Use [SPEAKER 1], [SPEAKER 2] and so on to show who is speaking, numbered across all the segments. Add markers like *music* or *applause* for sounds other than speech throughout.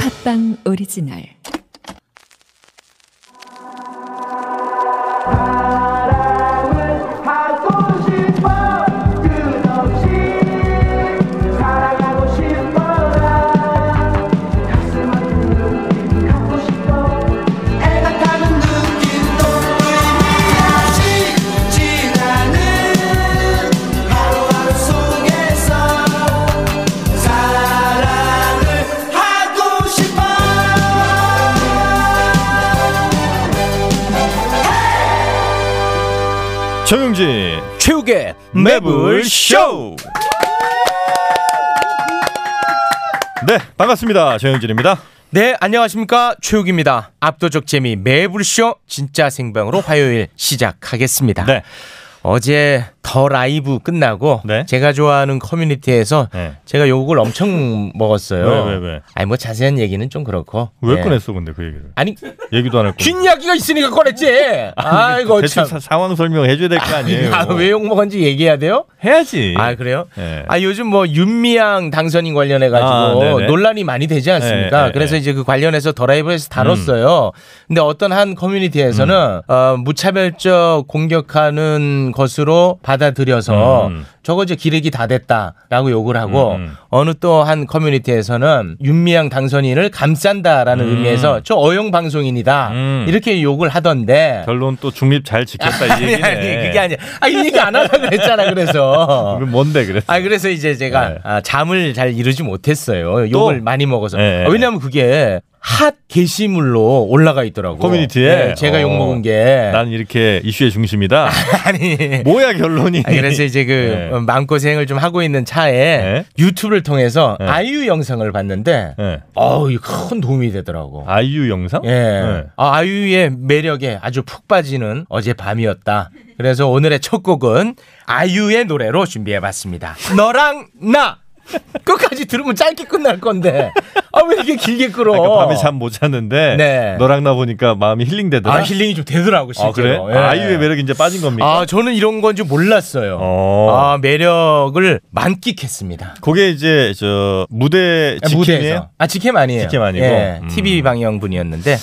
[SPEAKER 1] 팟빵 오리지널
[SPEAKER 2] 갖고 싶어 끝없이 사랑하고 싶어 나 가슴 아픈 느낌 갖고 싶어 애가 타는 느낌 너무 힘이 지나는 하루하루 속에서 사랑을 하고 싶어
[SPEAKER 3] 정영진
[SPEAKER 4] 최욱의
[SPEAKER 3] 매불 쇼. 네 반갑습니다 정영진입니다.
[SPEAKER 4] 네, 안녕하십니까. 최욱입니다. 압도적 재미 매불쇼 진짜 생방으로 화요일 시작하겠습니다.
[SPEAKER 3] 네.
[SPEAKER 4] 어제 더 라이브 끝나고
[SPEAKER 3] 네.
[SPEAKER 4] 제가 좋아하는 커뮤니티에서
[SPEAKER 3] 네.
[SPEAKER 4] 제가 욕을 엄청 *laughs* 먹었어요.
[SPEAKER 3] 왜, 왜, 왜?
[SPEAKER 4] 아니 뭐 자세한 얘기는 좀 그렇고.
[SPEAKER 3] 왜
[SPEAKER 4] 예.
[SPEAKER 3] 꺼냈어 근데 그 얘기를?
[SPEAKER 4] 아니
[SPEAKER 3] 얘기도 안 했고.
[SPEAKER 4] 긴 이야기가
[SPEAKER 3] *laughs*
[SPEAKER 4] 있으니까 꺼냈지. 아이고
[SPEAKER 3] 그 대충
[SPEAKER 4] 참.
[SPEAKER 3] 사- 상황 설명해 줘야 될 거 아니에요.
[SPEAKER 4] 아, 왜욕 먹었는지 얘기해야 돼요?
[SPEAKER 3] 해야지.
[SPEAKER 4] 아 그래요?
[SPEAKER 3] 예.
[SPEAKER 4] 아 요즘 뭐 윤미향 당선인 관련해
[SPEAKER 3] 아,
[SPEAKER 4] 가지고
[SPEAKER 3] 네네.
[SPEAKER 4] 논란이 많이 되지 않습니까?
[SPEAKER 3] 예, 음. 예,
[SPEAKER 4] 그래서
[SPEAKER 3] 예.
[SPEAKER 4] 이제 그 관련해서 더라이브에서 다뤘어요. 근데 어떤 한 커뮤니티에서는
[SPEAKER 3] 음.
[SPEAKER 4] 어, 무차별적 공격하는 것으로 받아들여서
[SPEAKER 3] 음.
[SPEAKER 4] 저거 이제 기르기 다 됐다라고 욕을 하고
[SPEAKER 3] 음, 음.
[SPEAKER 4] 어느 또 한 커뮤니티에서는 윤미향 당선인을 감싼다라는 의미에서 저 어용 방송인이다
[SPEAKER 3] 음.
[SPEAKER 4] 이렇게 욕을 하던데.
[SPEAKER 3] 결론 또 중립 잘 지켰다 이
[SPEAKER 4] 아니
[SPEAKER 3] 얘기네.
[SPEAKER 4] 아니 그게 아니야. 아이 얘기 안 하려고 했잖아 그래서.
[SPEAKER 3] 그럼 뭔데 그랬어?
[SPEAKER 4] 아 그래서 이제 제가
[SPEAKER 3] 네.
[SPEAKER 4] 아, 잠을 잘 이루지 못했어요. 욕을 많이 먹어서.
[SPEAKER 3] 네.
[SPEAKER 4] 아, 왜냐면 그게 핫 게시물로 올라가 있더라고.
[SPEAKER 3] 커뮤니티에?
[SPEAKER 4] 네, 제가
[SPEAKER 3] 어.
[SPEAKER 4] 욕 먹은 게
[SPEAKER 3] 난 이렇게 이슈의 중심이다.
[SPEAKER 4] *laughs* 아니.
[SPEAKER 3] 뭐야 결론이?
[SPEAKER 4] 아, 그래서 이제 그
[SPEAKER 3] 네.
[SPEAKER 4] 어, 마음고생을 좀 하고 있는 차에
[SPEAKER 3] 네.
[SPEAKER 4] 유튜브를 통해서
[SPEAKER 3] 네.
[SPEAKER 4] 아이유 영상을 봤는데
[SPEAKER 3] 예.
[SPEAKER 4] 어우 이거 큰 도움이 되더라고.
[SPEAKER 3] 아이유 영상? 네.
[SPEAKER 4] 예. 아, 아이유의 매력에 아주 푹 빠지는 어제 밤이었다. 그래서 오늘의 첫 곡은 아이유의 노래로 준비해봤습니다. 너랑 나! 끝까지 들으면 짧게 끝날 건데. 아, 왜 이렇게 길게 끌어?
[SPEAKER 3] 아까 그 그러니까 밤에 잠 못 잤는데
[SPEAKER 4] 네.
[SPEAKER 3] 너랑 나 보니까 마음이 힐링되더라.
[SPEAKER 4] 아, 힐링이 좀 되더라고, 실제로.
[SPEAKER 3] 아, 그래?
[SPEAKER 4] 예.
[SPEAKER 3] 아이유의 매력이 이제 빠진 겁니까?
[SPEAKER 4] 아, 저는 이런 건 줄 몰랐어요.
[SPEAKER 3] 어.
[SPEAKER 4] 아, 매력을 만끽했습니다.
[SPEAKER 3] 그게 이제 저 무대
[SPEAKER 4] 아, 무대에서.
[SPEAKER 3] 직캠이에요.
[SPEAKER 4] 아, 직캠 아니에요.
[SPEAKER 3] 직캠 아니고?
[SPEAKER 4] 예,
[SPEAKER 3] 음.
[SPEAKER 4] TV 방영 분이었는데.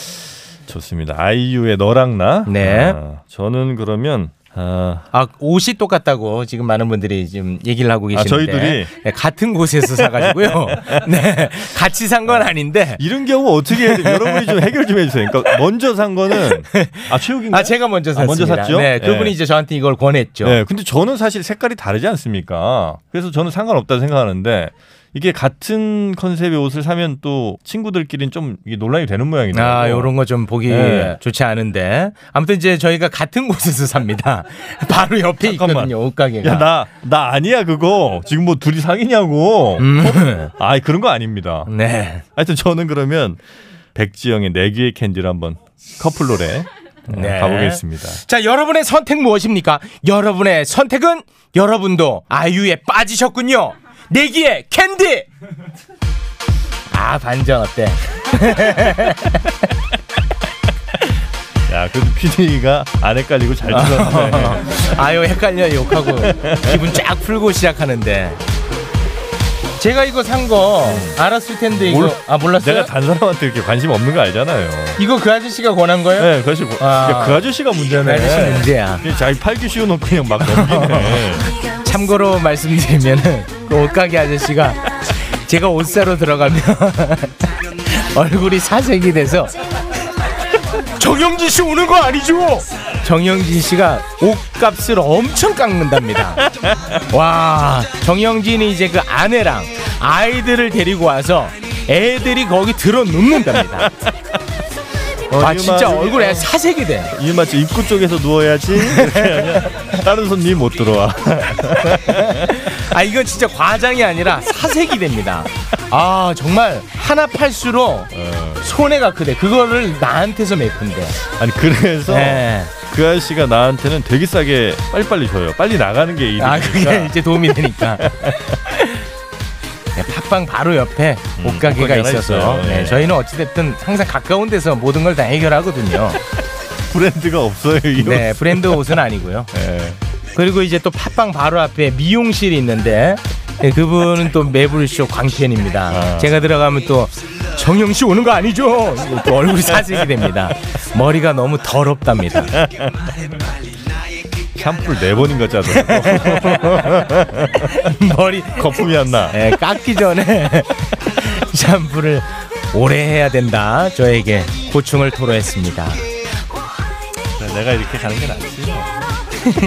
[SPEAKER 3] 좋습니다. 아이유의 너랑 나.
[SPEAKER 4] 네.
[SPEAKER 3] 아, 저는 그러면 아,
[SPEAKER 4] 아 옷이 똑같다고 지금 많은 분들이 지금 얘기를 하고 계시는데
[SPEAKER 3] 아, 저희들이?
[SPEAKER 4] 네, 같은
[SPEAKER 3] *laughs*
[SPEAKER 4] 곳에서 사가지고요. 네 같이 산 건 아닌데
[SPEAKER 3] 이런 경우 어떻게 해야 돼? 여러분이 좀 해결 좀 해주세요. 그러니까 먼저 산 거는 아 최욱인가?
[SPEAKER 4] 아 제가 먼저
[SPEAKER 3] 아,
[SPEAKER 4] 샀습니다.
[SPEAKER 3] 먼저 샀죠?
[SPEAKER 4] 네 그분이
[SPEAKER 3] 예.
[SPEAKER 4] 이제 저한테 이걸 권했죠.
[SPEAKER 3] 네, 근데 저는 사실 색깔이 다르지 않습니까? 그래서 저는 상관없다 생각하는데 이게 같은 컨셉의 옷을 사면 또 친구들끼리는 좀 이게 논란이 되는 모양이네요.
[SPEAKER 4] 아, 요런 거 좀 보기
[SPEAKER 3] 네.
[SPEAKER 4] 좋지 않은데. 아무튼 이제 저희가 같은 곳에서 삽니다. *laughs* 바로 옆에
[SPEAKER 3] 잠깐만.
[SPEAKER 4] 있거든요, 옷가게가.
[SPEAKER 3] 야, 나, 나 아니야, 그거. 지금 뭐 둘이 사귀냐고.
[SPEAKER 4] 음,
[SPEAKER 3] 아이, 그런 거 아닙니다.
[SPEAKER 4] 네.
[SPEAKER 3] 하여튼 저는 그러면 백지영의 내 귀의 캔디를 한번 커플 노래 어,
[SPEAKER 4] 네.
[SPEAKER 3] 가보겠습니다.
[SPEAKER 4] 자, 여러분의 선택 무엇입니까? 여러분의 선택은 여러분도 아이유에 빠지셨군요. 내기의 캔디. 아, 반전 어때?
[SPEAKER 3] 야, 그래도 PD가 안 헷갈리고 잘
[SPEAKER 4] 아,
[SPEAKER 3] 들었네.
[SPEAKER 4] 아유, 헷갈려 욕하고 기분 쫙 풀고 시작하는데. 제가 이거 산 거 알았을 텐데 이거
[SPEAKER 3] 몰-
[SPEAKER 4] 아 몰랐어요?
[SPEAKER 3] 내가 단 사람한테 이렇게 관심 없는 거 알잖아요.
[SPEAKER 4] 이거 그 아저씨가 권한 거예요?
[SPEAKER 3] 네, 그아저씨
[SPEAKER 4] 아.
[SPEAKER 3] 그 아저씨가 문제네.
[SPEAKER 4] 그 아저씨 문제야.
[SPEAKER 3] 그냥 자기 팔기 씌워놓고 그냥 막 넘기네.
[SPEAKER 4] 참고로 말씀드리면은 그 옷가게 아저씨가 제가 옷 사러 들어가면 *laughs* 얼굴이 사색이 돼서 정영진 씨 오는 거 아니죠? 정영진 씨가 옷값을 엄청 깎는답니다. 와, 정영진이 이제 그 아내랑 아이들을 데리고 와서 애들이 거기 들어 눕는답니다. 아 진짜 얼굴에 사색이 돼.
[SPEAKER 3] 어, 이 맞죠? 입구 쪽에서 누워야지. 이렇게 하면 다른 손님 못 들어와. *laughs*
[SPEAKER 4] 아 이건 진짜 과장이 아니라 사색이 됩니다. 아 정말 하나 팔수록 손해가 크대. 그거를 나한테서 메푼대.
[SPEAKER 3] 아니 그래서
[SPEAKER 4] 네.
[SPEAKER 3] 그 아저씨가 나한테는 되게 싸게 빨리빨리 줘요. 빨리 나가는 게 일이니까.
[SPEAKER 4] 아 그게 이제 도움이 되니까. 네, 팟빵 바로 옆에
[SPEAKER 3] 음, 옷가게
[SPEAKER 4] 옷가게가
[SPEAKER 3] 하나
[SPEAKER 4] 있어서
[SPEAKER 3] 있어요.
[SPEAKER 4] 네,
[SPEAKER 3] 예.
[SPEAKER 4] 저희는 어찌됐든 항상 가까운 데서 모든 걸 다 해결하거든요.
[SPEAKER 3] 브랜드가 없어요. 이 옷.
[SPEAKER 4] 네 브랜드 옷은 아니고요.
[SPEAKER 3] 예.
[SPEAKER 4] 그리고 이제 또 팟빵 바로 앞에 미용실이 있는데 예, 그분은 또 매불쇼 광팬입니다.
[SPEAKER 3] 아.
[SPEAKER 4] 제가 들어가면 또 정영 씨 오는 거 아니죠? 또 얼굴이 사색이 됩니다. 머리가 너무 더럽답니다.
[SPEAKER 3] 샴푸를 네 번인가 *laughs* 짜서
[SPEAKER 4] 머리
[SPEAKER 3] 거품이 안 나.
[SPEAKER 4] 예, 깎기 전에 *laughs* 샴푸를 오래 해야 된다. 저에게 고충을 토로했습니다.
[SPEAKER 3] 네, 내가 이렇게 가는 게 낫지.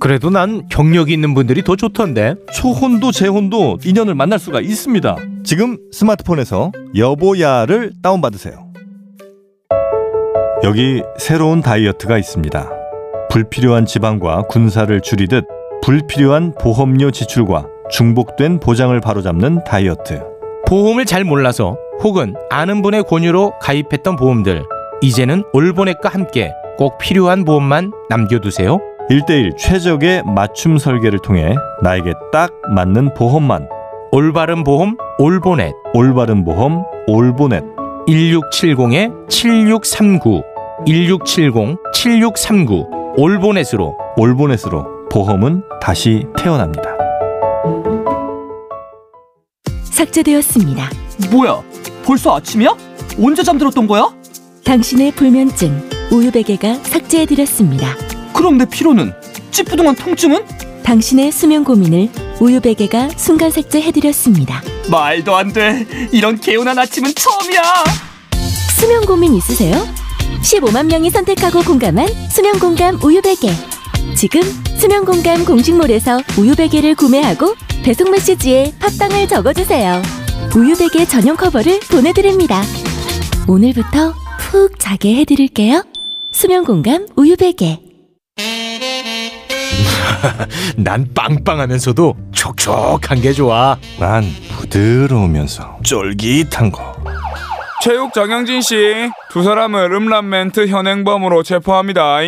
[SPEAKER 4] 그래도 난 경력이 있는 분들이 더 좋던데.
[SPEAKER 3] 초혼도 재혼도 인연을 만날 수가 있습니다. 지금 스마트폰에서 여보야를 다운받으세요. 여기 새로운 다이어트가 있습니다. 불필요한 지방과 군사를 줄이듯 불필요한 보험료 지출과 중복된 보장을 바로잡는 다이어트.
[SPEAKER 4] 보험을 잘 몰라서 혹은 아는 분의 권유로 가입했던 보험들 이제는 올보넷과 함께 꼭 필요한 보험만 남겨두세요.
[SPEAKER 3] 1대1 최적의 맞춤 설계를 통해 나에게 딱 맞는 보험만
[SPEAKER 4] 올바른 보험 올보넷
[SPEAKER 3] 올바른 보험 올보넷
[SPEAKER 4] 1670에 7639 1670 7639 올보넷으로
[SPEAKER 3] 올보넷으로 보험은 다시 태어납니다.
[SPEAKER 5] 삭제되었습니다.
[SPEAKER 2] 뭐야? 벌써 아침이야? 언제 잠들었던 거야?
[SPEAKER 5] 당신의 불면증 우유 베개가 삭제해드렸습니다.
[SPEAKER 2] 그럼 내 피로는? 찌뿌둥한 통증은?
[SPEAKER 5] 당신의 수면 고민을 우유 베개가 순간 삭제해드렸습니다.
[SPEAKER 2] 말도 안 돼. 이런 개운한 아침은 처음이야.
[SPEAKER 5] 수면 고민 있으세요? 15만 명이 선택하고 공감한 수면 공감 우유 베개. 지금 수면 공감 공식몰에서 우유 베개를 구매하고 배송 메시지에 팟빵을 적어주세요. 우유 베개 전용 커버를 보내드립니다. 오늘부터 푹 자게 해드릴게요. 수면 공감 우유 베개.
[SPEAKER 4] 난 빵빵하면서도 촉촉한 게 좋아.
[SPEAKER 3] 난 부드러우면서 쫄깃한 거.
[SPEAKER 6] 체육 정영진 씨, 두 사람을 음란멘트 현행범으로 체포합니다.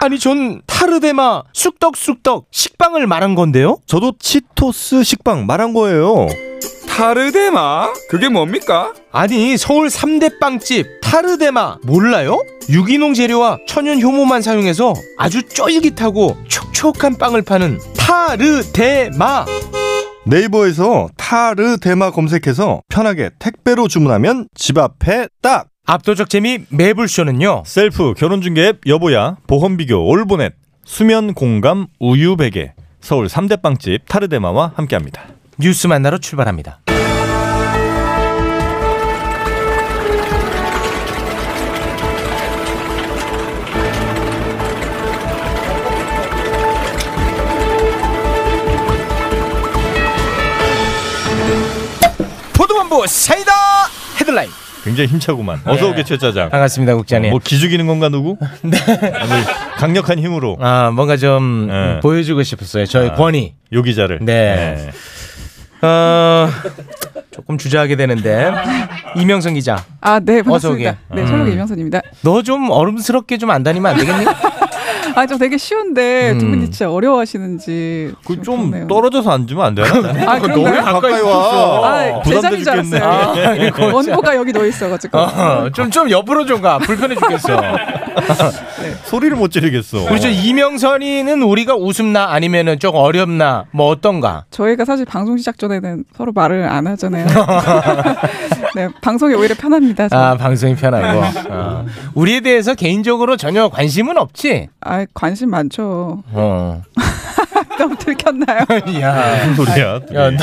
[SPEAKER 4] 아니 전 타르데마 쑥떡쑥떡 식빵을 말한 건데요.
[SPEAKER 3] 저도 치토스 식빵 말한 거예요.
[SPEAKER 6] 타르데마? 그게 뭡니까?
[SPEAKER 4] 아니 서울 3대 빵집 타르데마 몰라요? 유기농 재료와 천연 효모만 사용해서 아주 쫄깃하고 촉촉한 빵을 파는 타르데마
[SPEAKER 3] 네이버에서 타르 대마 검색해서 편하게 택배로 주문하면 집 앞에 딱.
[SPEAKER 4] 압도적 재미 매불쇼는요
[SPEAKER 3] 셀프 결혼 중개 앱 여보야 보험 비교 올보넷 수면 공감 우유 베개 서울 3대 빵집 타르 대마와 함께합니다.
[SPEAKER 4] 뉴스 만나러 출발합니다 보도본부 사이다 헤드라인
[SPEAKER 3] 굉장히 힘차구만. 어서 오게 최짜장.
[SPEAKER 4] 반갑습니다 국장님
[SPEAKER 3] 뭐 기죽이는 건가 *laughs* 누구? 아니, 강력한 힘으로
[SPEAKER 4] 아 뭔가 좀
[SPEAKER 3] 예.
[SPEAKER 4] 보여주고 싶었어요. 저의
[SPEAKER 3] 아.
[SPEAKER 4] 권위.
[SPEAKER 3] 요 기자를.
[SPEAKER 4] 네. 어, 조금 주저하게 되는데 이명성 기자,
[SPEAKER 7] 아, 네,
[SPEAKER 4] 오게.
[SPEAKER 7] 반갑습니다. 네,
[SPEAKER 3] 음.
[SPEAKER 7] 솔로기 이명선입니다.
[SPEAKER 4] 너 좀 어른스럽게 좀 안 다니면 안 *laughs* 되겠니?
[SPEAKER 7] 아, 저 되게 쉬운데 두
[SPEAKER 4] 음.
[SPEAKER 7] 분이 진짜 어려워하시는지
[SPEAKER 3] 그좀
[SPEAKER 7] 그렇네요.
[SPEAKER 3] 떨어져서 앉으면 안 *laughs* 되나?
[SPEAKER 7] 아, 그런가요?
[SPEAKER 3] 가까이 예.
[SPEAKER 7] 아, 제자인 줄
[SPEAKER 3] 부담되겠네. 아,
[SPEAKER 7] 알았어요. 아, 원고가 여기 놓여 있어가지고.
[SPEAKER 4] 좀좀 옆으로 좀 가. 불편해 죽겠어.
[SPEAKER 3] 소리를 못 지르겠어.
[SPEAKER 4] 우리 저 이명선이는 우리가 웃음나 아니면은 조금 어렵나 뭐 어떤가?
[SPEAKER 7] 저희가 사실 방송 시작 전에는 서로 말을 안 하잖아요. *laughs* 네, 방송이 오히려 편합니다.
[SPEAKER 4] 아
[SPEAKER 7] 아,
[SPEAKER 4] 방송이 편하고 어. 우리에 대해서 개인적으로 전혀 관심은 없지.
[SPEAKER 7] 아, 관심 많죠.
[SPEAKER 4] 어.
[SPEAKER 7] 너무 들켰나요?
[SPEAKER 4] 야.
[SPEAKER 3] 무슨 *laughs* 소리야?
[SPEAKER 4] 야, 너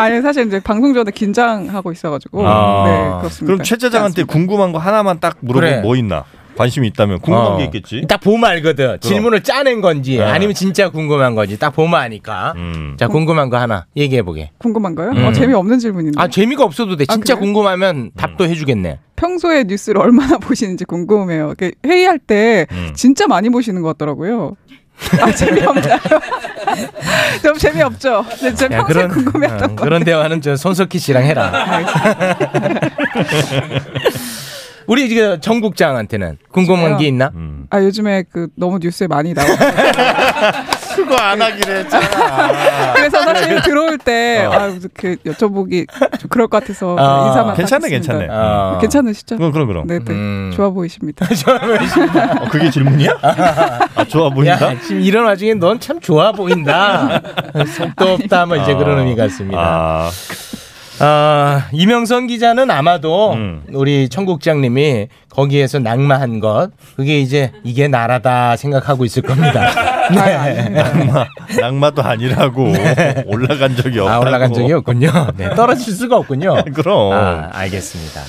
[SPEAKER 7] 아니, 예, 사실 이제 방송 전에 긴장하고 있어가지고.
[SPEAKER 4] 아.
[SPEAKER 7] 네, 그렇습니다.
[SPEAKER 3] 그럼 최
[SPEAKER 7] 그렇지
[SPEAKER 3] 짜장한테
[SPEAKER 7] 않습니다.
[SPEAKER 3] 궁금한 거 하나만 딱 물어보면
[SPEAKER 4] 그래.
[SPEAKER 3] 뭐 있나? 관심이 있다면 궁금한
[SPEAKER 4] 어.
[SPEAKER 3] 게 있겠지.
[SPEAKER 4] 딱 보면 알거든. 질문을 짜낸 건지
[SPEAKER 3] 네.
[SPEAKER 4] 아니면 진짜 궁금한 건지 딱 보면 아니까.
[SPEAKER 3] 음.
[SPEAKER 4] 자 궁금한 거 하나 얘기해 보게.
[SPEAKER 7] 궁금한 거요?
[SPEAKER 4] 음.
[SPEAKER 7] 어, 재미없는 질문인데.
[SPEAKER 4] 아 재미가 없어도 돼.
[SPEAKER 7] 아,
[SPEAKER 4] 진짜
[SPEAKER 7] 그래요?
[SPEAKER 4] 궁금하면
[SPEAKER 3] 음.
[SPEAKER 4] 답도 해주겠네.
[SPEAKER 7] 평소에 뉴스를 얼마나 보시는지 궁금해요. 이렇게 회의할 때
[SPEAKER 3] 음.
[SPEAKER 7] 진짜 많이 보시는 것 같더라고요. 아 재미없나요? *laughs* 너무 재미없죠. 네, 제
[SPEAKER 4] 야,
[SPEAKER 7] 평생
[SPEAKER 4] 그런
[SPEAKER 7] 궁금해했던
[SPEAKER 3] 음,
[SPEAKER 4] 어,
[SPEAKER 7] 거.
[SPEAKER 4] 그런 대화는 저 손석희 씨랑 해라. 우리 지금 정국장한테는 궁금한
[SPEAKER 7] 저요?
[SPEAKER 4] 게 있나?
[SPEAKER 7] 아 요즘에 그 너무 뉴스에 많이 나와.
[SPEAKER 3] 그거 안 하기로 했잖아.
[SPEAKER 7] 그래서
[SPEAKER 3] *laughs*
[SPEAKER 7] 사실 들어올 때
[SPEAKER 3] 어.
[SPEAKER 7] 아, 그 여쭤보기 좀 그럴 것 같아서
[SPEAKER 4] 아,
[SPEAKER 7] 인사만
[SPEAKER 3] 괜찮네,
[SPEAKER 7] 하겠습니다.
[SPEAKER 3] 괜찮네. 아.
[SPEAKER 7] 음.
[SPEAKER 4] 어.
[SPEAKER 7] 괜찮으시죠?
[SPEAKER 3] 그럼 그럼 그럼.
[SPEAKER 7] 네, 네.
[SPEAKER 4] 음.
[SPEAKER 7] 좋아 보이십니다.
[SPEAKER 3] 어, 그게 질문이야? 아, 좋아 보인다.
[SPEAKER 4] 야, 지금 이런 와중에 넌 참 좋아 보인다. 속도 없다, 뭐 이제 그런 의미 같습니다.
[SPEAKER 3] 아,
[SPEAKER 4] 아, 이명선 기자는 아마도
[SPEAKER 3] 음.
[SPEAKER 4] 우리 청국장님이 거기에서 낙마한 것, 그게 이제 이게 나라다 생각하고 있을 겁니다. 네.
[SPEAKER 3] 낙마, 낙마도 아니라고 올라간 적이 없다고.
[SPEAKER 4] 아, 올라간 적이 없군요. 네, 떨어질 수가 없군요.
[SPEAKER 3] *laughs* 그럼.
[SPEAKER 4] 아, 알겠습니다.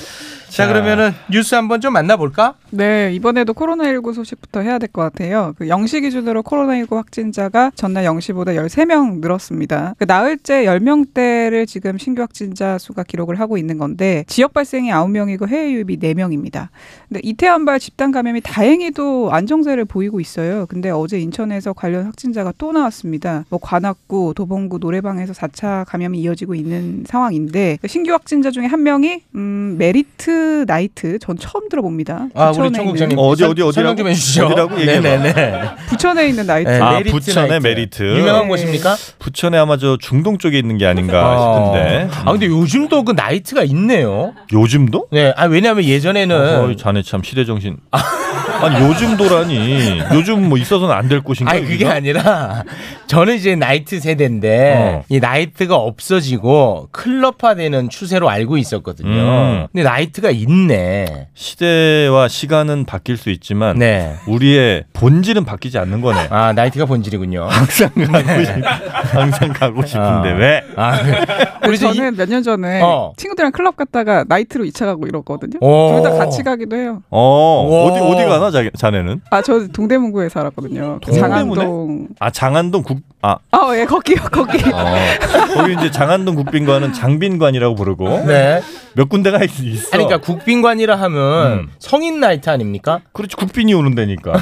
[SPEAKER 4] 자, 그러면은 뉴스 한번 좀 만나볼까?
[SPEAKER 7] 네, 이번에도 코로나19 소식부터 해야 될 것 같아요. 그 0시 기준으로 코로나19 확진자가 전날 0시보다 13명 늘었습니다. 그 나흘째 10명대를 지금 신규 확진자 수가 기록을 하고 있는 건데 지역 발생이 9명이고 해외 유입이 4명입니다. 근데 이태원발 집단 감염이 다행히도 안정세를 보이고 있어요. 근데 어제 인천에서 관련 확진자가 또 나왔습니다. 뭐 관악구, 도봉구, 노래방에서 4차 감염이 이어지고 있는 상황인데 그 신규 확진자 중에 한 명이 음, 메리트 나이트 전 처음 들어봅니다.
[SPEAKER 4] 아,
[SPEAKER 7] 부천에
[SPEAKER 4] 우리 청국장님.
[SPEAKER 7] 있는,
[SPEAKER 3] 네, 어디, 어디,
[SPEAKER 4] 설- 설명
[SPEAKER 3] 어디라고?
[SPEAKER 4] 좀 해주시죠.
[SPEAKER 3] 어디라고? 얘기해봐.
[SPEAKER 4] 네네네.
[SPEAKER 7] 부천에 있는 나이트.
[SPEAKER 4] 네,
[SPEAKER 3] 아,
[SPEAKER 4] 메리트
[SPEAKER 3] 부천의
[SPEAKER 4] 나이트.
[SPEAKER 3] 메리트.
[SPEAKER 4] 유명한
[SPEAKER 7] 네.
[SPEAKER 4] 곳입니까?
[SPEAKER 3] 부천에 아마 저 중동 쪽에 있는 게 아닌가 싶은데.
[SPEAKER 4] 아 근데 요즘도 그 나이트가 있네요.
[SPEAKER 3] 요즘도?
[SPEAKER 4] 네, 아 왜냐하면 예전에는
[SPEAKER 3] 어이, 자네 참 시대 정신. *laughs* 아니 요즘도라니. 요즘 뭐 있어서는 안 될 곳인가?
[SPEAKER 4] 아니 그게
[SPEAKER 3] 여기가?
[SPEAKER 4] 아니라 *laughs* 저는 이제 나이트 세대인데
[SPEAKER 3] 어.
[SPEAKER 4] 이 나이트가 없어지고 클럽화되는 추세로 알고 있었거든요.
[SPEAKER 3] 음.
[SPEAKER 4] 근데 나이트가 있네.
[SPEAKER 3] 시대와 시간은 바뀔 수 있지만
[SPEAKER 4] 네.
[SPEAKER 3] 우리의 본질은 바뀌지 않는
[SPEAKER 4] *laughs*
[SPEAKER 3] 거네.
[SPEAKER 4] 아
[SPEAKER 3] *laughs*
[SPEAKER 4] 나이트가 본질이군요.
[SPEAKER 3] 항상 가고 싶, *laughs* 항상 가고 싶은데
[SPEAKER 4] 아.
[SPEAKER 3] 왜?
[SPEAKER 4] 아, 우리 저 이-
[SPEAKER 7] 저는 몇 년 전에
[SPEAKER 4] 어.
[SPEAKER 7] 친구들이랑 클럽 갔다가 나이트로 이차 가고 이러거든요.
[SPEAKER 4] 오.
[SPEAKER 7] 둘 다 같이 가기도 해요.
[SPEAKER 3] 어
[SPEAKER 4] 와.
[SPEAKER 3] 어디 어디 가나 자, 자네는?
[SPEAKER 7] 아, 저 동대문구에 살았거든요. 그
[SPEAKER 3] 동대문에?
[SPEAKER 7] 장안동.
[SPEAKER 3] 아 장안동 국아 어.
[SPEAKER 7] 아, 예, 거기요, 거기.
[SPEAKER 3] 거기 이제 장안동 국빈관은 장빈관이라고 부르고
[SPEAKER 4] 네.
[SPEAKER 3] 몇 군데가 있- 있어.
[SPEAKER 4] 아니 그러니까 국빈관이라 하면
[SPEAKER 3] 음.
[SPEAKER 4] 성인 나이트 아닙니까?
[SPEAKER 3] 그렇지 국빈이 오는 데니까.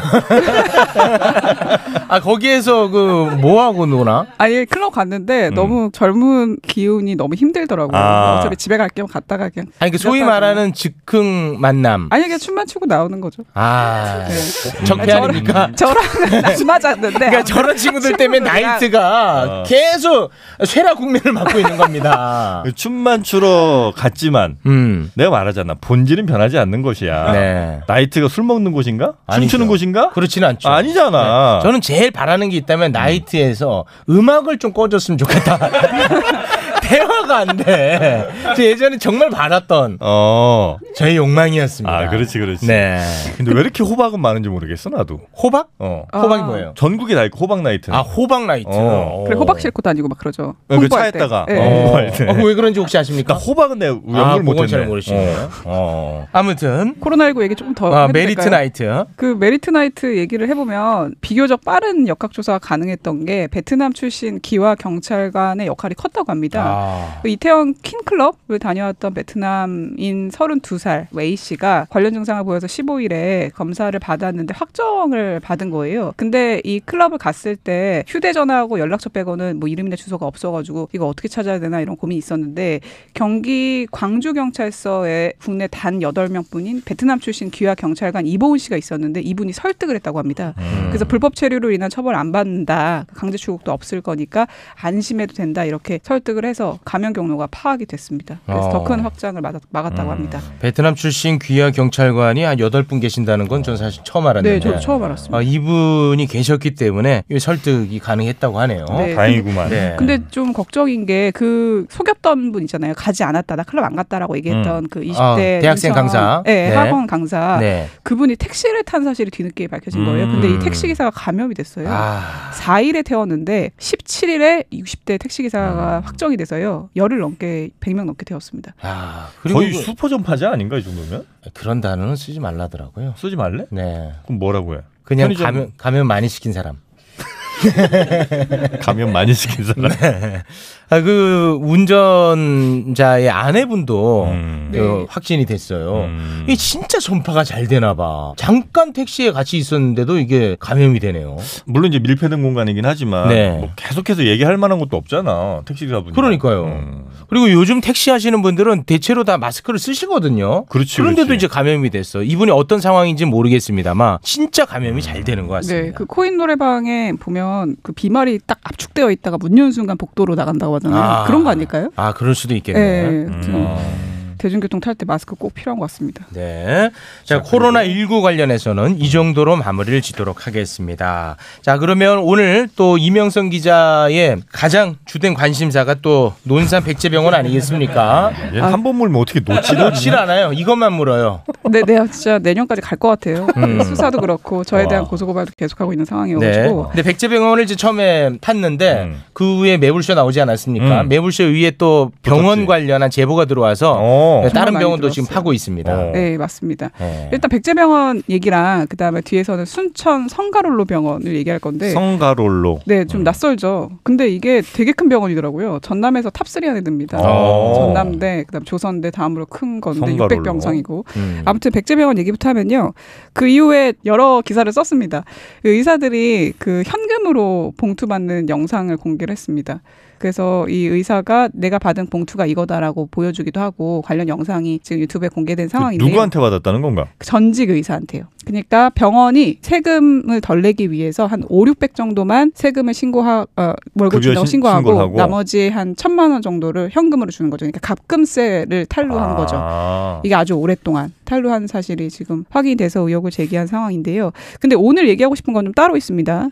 [SPEAKER 4] *laughs* 아 거기에서 그 뭐 하고 노나?
[SPEAKER 7] 아니 클럽 갔는데
[SPEAKER 4] 음.
[SPEAKER 7] 너무 젊은 기운이 너무 힘들더라고요.
[SPEAKER 3] 아.
[SPEAKER 7] 어차피 집에 갈 겸 갔다가 그냥
[SPEAKER 4] 아니 그 소위 말하는 즉흥 만남.
[SPEAKER 7] 아니 그냥 춤만 추고 나오는 거죠.
[SPEAKER 4] 아,
[SPEAKER 7] 네.
[SPEAKER 4] 적폐 아닙니까?
[SPEAKER 7] 저랑은 *laughs* 안 맞았는데.
[SPEAKER 4] 그러니까 저런 친구들 때문에
[SPEAKER 7] 친구들이랑
[SPEAKER 4] 나이트가
[SPEAKER 3] 어.
[SPEAKER 4] 계속 쇠락 국면을 맞고 있는 겁니다.
[SPEAKER 3] 춤만 추러 갔지만
[SPEAKER 4] 음,
[SPEAKER 3] 내가 말하잖아 본질은 변하지 않는 것이야.
[SPEAKER 4] 네.
[SPEAKER 3] 나이트가 술 먹는 곳인가?
[SPEAKER 4] 아니죠.
[SPEAKER 3] 춤추는 곳인가?
[SPEAKER 4] 그렇진 않죠. 네.
[SPEAKER 3] 아니잖아. 음.
[SPEAKER 4] 저는 제일 바라는 게 있다면 나이트에서 음악을 좀 꺼줬으면 좋겠다. *laughs* 대화가 안 돼. 저 예전에 정말 바랐던
[SPEAKER 3] 어.
[SPEAKER 4] 저의 욕망이었습니다.
[SPEAKER 3] 아, 그렇지, 그렇지.
[SPEAKER 4] 네.
[SPEAKER 3] 근데 왜 이렇게 호박은 많은지 모르겠어 나도.
[SPEAKER 4] 호박?
[SPEAKER 3] 어.
[SPEAKER 7] 아.
[SPEAKER 4] 호박이 뭐예요?
[SPEAKER 3] 전국에 다 있고 호박 나이트.
[SPEAKER 4] 아, 호박 나이트.
[SPEAKER 3] 어.
[SPEAKER 7] 그래 호박 싣고 다니고 막 그러죠.
[SPEAKER 3] 어, 그
[SPEAKER 7] 홍보할 때.
[SPEAKER 3] 차에다가.
[SPEAKER 7] 예.
[SPEAKER 3] 어. 그러니까
[SPEAKER 4] 어.
[SPEAKER 3] 호박일 때.
[SPEAKER 4] 어, 그거 왜 그런지 혹시 아십니까?
[SPEAKER 3] 나 호박은 내가
[SPEAKER 4] 아,
[SPEAKER 3] 연구를
[SPEAKER 4] 그건
[SPEAKER 3] 못했네.
[SPEAKER 4] 잘 모르시네요.
[SPEAKER 3] 어. 어.
[SPEAKER 4] 아무튼
[SPEAKER 7] 코로나19 얘기 조금 더.
[SPEAKER 4] 아,
[SPEAKER 7] 어, 해도
[SPEAKER 4] 메리트
[SPEAKER 7] 될까요?
[SPEAKER 4] 나이트.
[SPEAKER 7] 그 메리트 나이트 얘기를 해보면 비교적 빠른 역학조사가 가능했던 게 베트남 출신 기와 경찰관의 역할이 컸다고 합니다.
[SPEAKER 4] 아.
[SPEAKER 7] 그 이태원 퀸클럽을 다녀왔던 베트남인 32살 웨이 씨가 관련 증상을 보여서 15일에 검사를 받았는데 확정을 받은 거예요. 근데 이 클럽을 갔을 때 휴대전화하고 연락처 빼고는 뭐 이름이나 주소가 없어가지고 이거 어떻게 찾아야 되나 이런 고민이 있었는데 경기 광주경찰서에 국내 단 8명 뿐인 베트남 출신 귀화 경찰관 이보은 씨가 있었는데 이분이 설득을 했다고 합니다.
[SPEAKER 4] 음.
[SPEAKER 7] 그래서 불법 체류로 인한 처벌 안 받는다. 강제 출국도 없을 거니까 안심해도 된다. 이렇게 설득을 해서 감염 경로가 파악이 됐습니다. 그래서
[SPEAKER 4] 어. 음.
[SPEAKER 7] 더 큰 확장을 막았, 막았다고 합니다.
[SPEAKER 4] 베트남 출신 귀하 경찰관이 한 여덟 분 계신다는 건 전 사실 처음 알았는데.
[SPEAKER 7] 네, 저도 처음 알았습니다.
[SPEAKER 4] 아, 이분이 계셨기 때문에 이 설득이 가능했다고 하네요.
[SPEAKER 7] 네.
[SPEAKER 3] 어. 다행이구만.
[SPEAKER 4] 네.
[SPEAKER 7] 근데 좀 걱정인 게 그 속였던 분 있잖아요. 가지 않았다. 나 클럽 안 갔다라고 얘기했던 그 20대
[SPEAKER 4] 아, 대학생
[SPEAKER 7] 인천-
[SPEAKER 4] 강사.
[SPEAKER 7] 네,
[SPEAKER 4] 네.
[SPEAKER 7] 학원 강사.
[SPEAKER 4] 네.
[SPEAKER 7] 그분이 택시를 탄 사실이 뒤늦게 밝혀진 거예요. 근데 이 택시 기사가 감염이 됐어요.
[SPEAKER 4] 음. 아,
[SPEAKER 7] 4일에 태웠는데 17일에 60대
[SPEAKER 4] 음.
[SPEAKER 7] 택시 기사가 확정이 돼서요. 열흘 넘게 100명 넘게 태웠습니다.
[SPEAKER 4] 아, 그리고
[SPEAKER 3] 거의
[SPEAKER 4] 그-
[SPEAKER 3] 슈퍼 전파자 아닌가 이 정도면?
[SPEAKER 4] 그런 단어는 쓰지 말라더라고요.
[SPEAKER 3] 쓰지 말래?
[SPEAKER 4] 네.
[SPEAKER 3] 그럼 뭐라고 해?
[SPEAKER 4] 그냥
[SPEAKER 3] 편의점-
[SPEAKER 4] 가면 가면 많이 시킨 사람. *laughs*
[SPEAKER 3] 감염 많이 시킨 사람.
[SPEAKER 4] 아, 아, 그 운전자의 아내분도
[SPEAKER 3] 음.
[SPEAKER 4] 어,
[SPEAKER 7] 네.
[SPEAKER 4] 확진이 됐어요.
[SPEAKER 3] 음.
[SPEAKER 4] 이게 진짜 전파가 잘 되나 봐. 잠깐 택시에 같이 있었는데도 이게 감염이 되네요.
[SPEAKER 3] 물론 이제 밀폐된 공간이긴 하지만
[SPEAKER 4] 네.
[SPEAKER 3] 뭐 계속해서 얘기할 만한 것도 없잖아 음. 택시기사분.
[SPEAKER 4] 그러니까요. 그리고 요즘 택시 하시는 분들은 대체로 다 마스크를 쓰시거든요.
[SPEAKER 3] 그렇지,
[SPEAKER 4] 그런데도
[SPEAKER 3] 그렇지.
[SPEAKER 4] 이제 감염이 됐어. 이분이 어떤 상황인지 모르겠습니다만 진짜
[SPEAKER 3] 음.
[SPEAKER 4] 감염이 잘 되는 것 같습니다.
[SPEAKER 7] 네, 그 코인 노래방에 보면 그 비말이 딱 압축되어 있다가 문 연 순간 복도로 나간다고 하잖아요.
[SPEAKER 4] 아.
[SPEAKER 7] 그런 거 아닐까요?
[SPEAKER 4] 아, 그럴 수도 있겠네.
[SPEAKER 7] 네,
[SPEAKER 4] 네.
[SPEAKER 7] 좀 대중교통 탈 때 마스크 꼭 필요한 것 같습니다. *laughs*
[SPEAKER 4] 네. 자, 코로나19 관련해서는 이 정도로 마무리를 짓도록 하겠습니다. 자, 그러면 오늘 또 이명성 기자의 가장 주된 관심사가 또 논산 백제병원 아니겠습니까?
[SPEAKER 7] *laughs*
[SPEAKER 3] 한번 물면 뭐 어떻게 놓지?
[SPEAKER 4] 놓질 않아요. 이것만 물어요.
[SPEAKER 7] 네, 네, 진짜 내년까지 갈 것 같아요.
[SPEAKER 4] 음.
[SPEAKER 7] 수사도 그렇고 저에
[SPEAKER 4] 와.
[SPEAKER 7] 대한 고소고발도 계속하고 있는
[SPEAKER 4] 네.
[SPEAKER 7] 상황이어가지고
[SPEAKER 4] 근데 백제병원을 이제 처음에 팠는데
[SPEAKER 3] 음.
[SPEAKER 4] 그 후에 매불쇼 나오지 않았습니까?
[SPEAKER 3] 음.
[SPEAKER 4] 매불쇼 위에 또 병원
[SPEAKER 3] 붙었지.
[SPEAKER 4] 관련한 제보가 들어와서 네,
[SPEAKER 3] 어.
[SPEAKER 4] 다른
[SPEAKER 7] 많이
[SPEAKER 4] 병원도
[SPEAKER 7] 들었어요.
[SPEAKER 4] 지금 파고 있습니다.
[SPEAKER 3] 어.
[SPEAKER 7] 네, 맞습니다.
[SPEAKER 3] 어.
[SPEAKER 7] 일단 백제병원 얘기랑 그다음에 뒤에서는 순천 성가롤로 병원을 얘기할 건데
[SPEAKER 3] 성가롤로. 그 음.
[SPEAKER 7] 네, 좀 낯설죠. 근데 이게 되게 큰 병원이더라고요. 전남에서 탑3 안에 듭니다.
[SPEAKER 3] 어.
[SPEAKER 7] 전남대, 그다음 조선대 다음으로 큰 건데
[SPEAKER 3] 성가롤로.
[SPEAKER 7] 600병상이고.
[SPEAKER 4] 음.
[SPEAKER 7] 아무튼 백제병원 얘기부터 하면요. 그 이후에 여러 기사를 썼습니다. 그 의사들이 그 현금으로 봉투 받는 영상을 공개를 했습니다. 그래서 이 의사가 내가 받은 봉투가 이거다라고 보여주기도 하고 관련 영상이 지금 유튜브에 공개된 상황인데요.
[SPEAKER 3] 누구한테 받았다는 건가?
[SPEAKER 7] 전직 의사한테요. 그러니까 병원이 세금을 덜 내기 위해서 한 5, 600 정도만 세금을 신고하 어, 월급
[SPEAKER 3] 급여
[SPEAKER 7] 준다고
[SPEAKER 3] 신-
[SPEAKER 7] 신고하고,
[SPEAKER 3] 신고를 하고.
[SPEAKER 7] 나머지 한 천만 원 정도를 현금으로 주는 거죠. 그러니까 갑금세를 탈루한 거죠.
[SPEAKER 3] 아.
[SPEAKER 7] 이게 아주 오랫동안 탈루한 사실이 지금 확인이 돼서 의혹을 제기한 상황인데요. 근데 오늘 얘기하고 싶은 건 좀 따로 있습니다.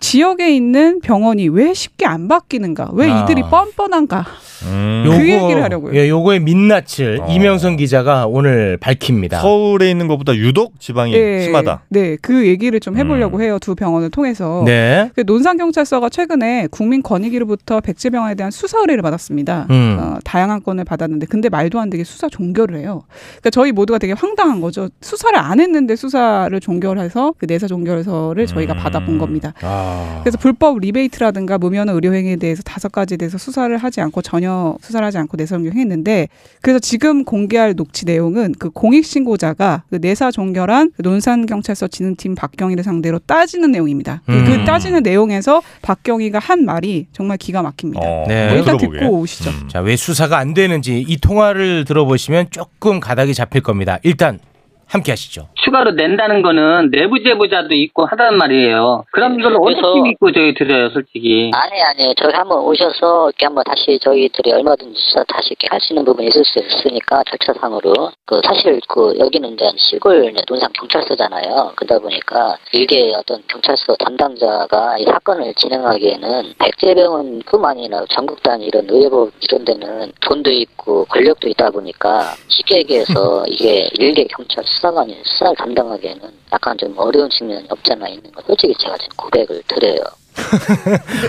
[SPEAKER 7] 지역에 있는 병원이 왜 쉽게 안 바뀌는가? 왜
[SPEAKER 4] 아.
[SPEAKER 7] 이들이 뻔뻔한가?
[SPEAKER 3] 음.
[SPEAKER 7] 그 얘기를 하려고요.
[SPEAKER 4] 예, 요거의 민낯을
[SPEAKER 3] 어.
[SPEAKER 4] 이명선 기자가 오늘 밝힙니다.
[SPEAKER 3] 그 서울에 있는 것보다 유독 지방이 예, 심하다. 음.
[SPEAKER 7] 네, 그 얘기를 좀 해보려고 해요. 두 병원을 통해서.
[SPEAKER 4] 네.
[SPEAKER 7] 그 논산경찰서가 최근에 국민권익위로부터 백제병원에 대한 수사 의뢰를 받았습니다.
[SPEAKER 4] 음.
[SPEAKER 7] 어, 다양한 건을 받았는데 근데 말도 안 되게 수사 종결을 해요. 그러니까 저희 모두가 되게 황당한 거죠. 수사를 안 했는데 수사를 종결해서 그 내사 종결서를 저희가
[SPEAKER 3] 음.
[SPEAKER 7] 받아본 겁니다.
[SPEAKER 4] 아.
[SPEAKER 7] 그래서 불법 리베이트라든가 무면 의료행위에 대해서 다섯 가지에 대해서 수사를 하지 않고 전혀 수사를 하지 않고 내사 종결했는데 그래서 지금 공개할 녹취 내용은 그 공익신고자가 그 내사 종결한 그 논산경찰서 지능팀 박경희를 상대로 따지는 내용입니다. 그-
[SPEAKER 4] 음.
[SPEAKER 7] 그 따지는 내용에서 박경희가 한 말이 정말 기가 막힙니다.
[SPEAKER 3] 어.
[SPEAKER 4] 네.
[SPEAKER 7] 뭐
[SPEAKER 3] 한번
[SPEAKER 7] 일단
[SPEAKER 3] 들어보게.
[SPEAKER 7] 듣고 오시죠.
[SPEAKER 3] 음.
[SPEAKER 4] 자, 왜 수사가 안 되는지 이 통화를 들어보시면 조금 가닥이 잡힐 겁니다. 일단 함께 하시죠.
[SPEAKER 8] 추가로 낸다는 거는 내부 제보자도 있고 하단 말이에요. 네, 그럼 이걸 어떻게
[SPEAKER 9] 그래서-
[SPEAKER 8] 믿고 저희 드려요, 솔직히.
[SPEAKER 9] 아니 아니 저희 한번 오셔서 이렇게 한번 다시 저희들이 얼마든지 수사 다시 이렇게 할 수 있는 부분이 있을 수 있으니까 절차상으로 그 사실 그 여기는 이제 시골 이제 논산 경찰서잖아요. 그러다 보니까 일개 어떤 경찰서 담당자가 이 사건을 진행하기에는 백제병원뿐만 아니라 전국 단위 이런 의료법 이런 데는 돈도 있고 권력도 있다 보니까 쉽게 얘기해서 이게 일개 경찰 수사관이 수사를 담당하기에는 약간 좀 어려운 측면이 없잖아 있는 거 솔직히 제가 지금 고백을 드려요.
[SPEAKER 4] *laughs*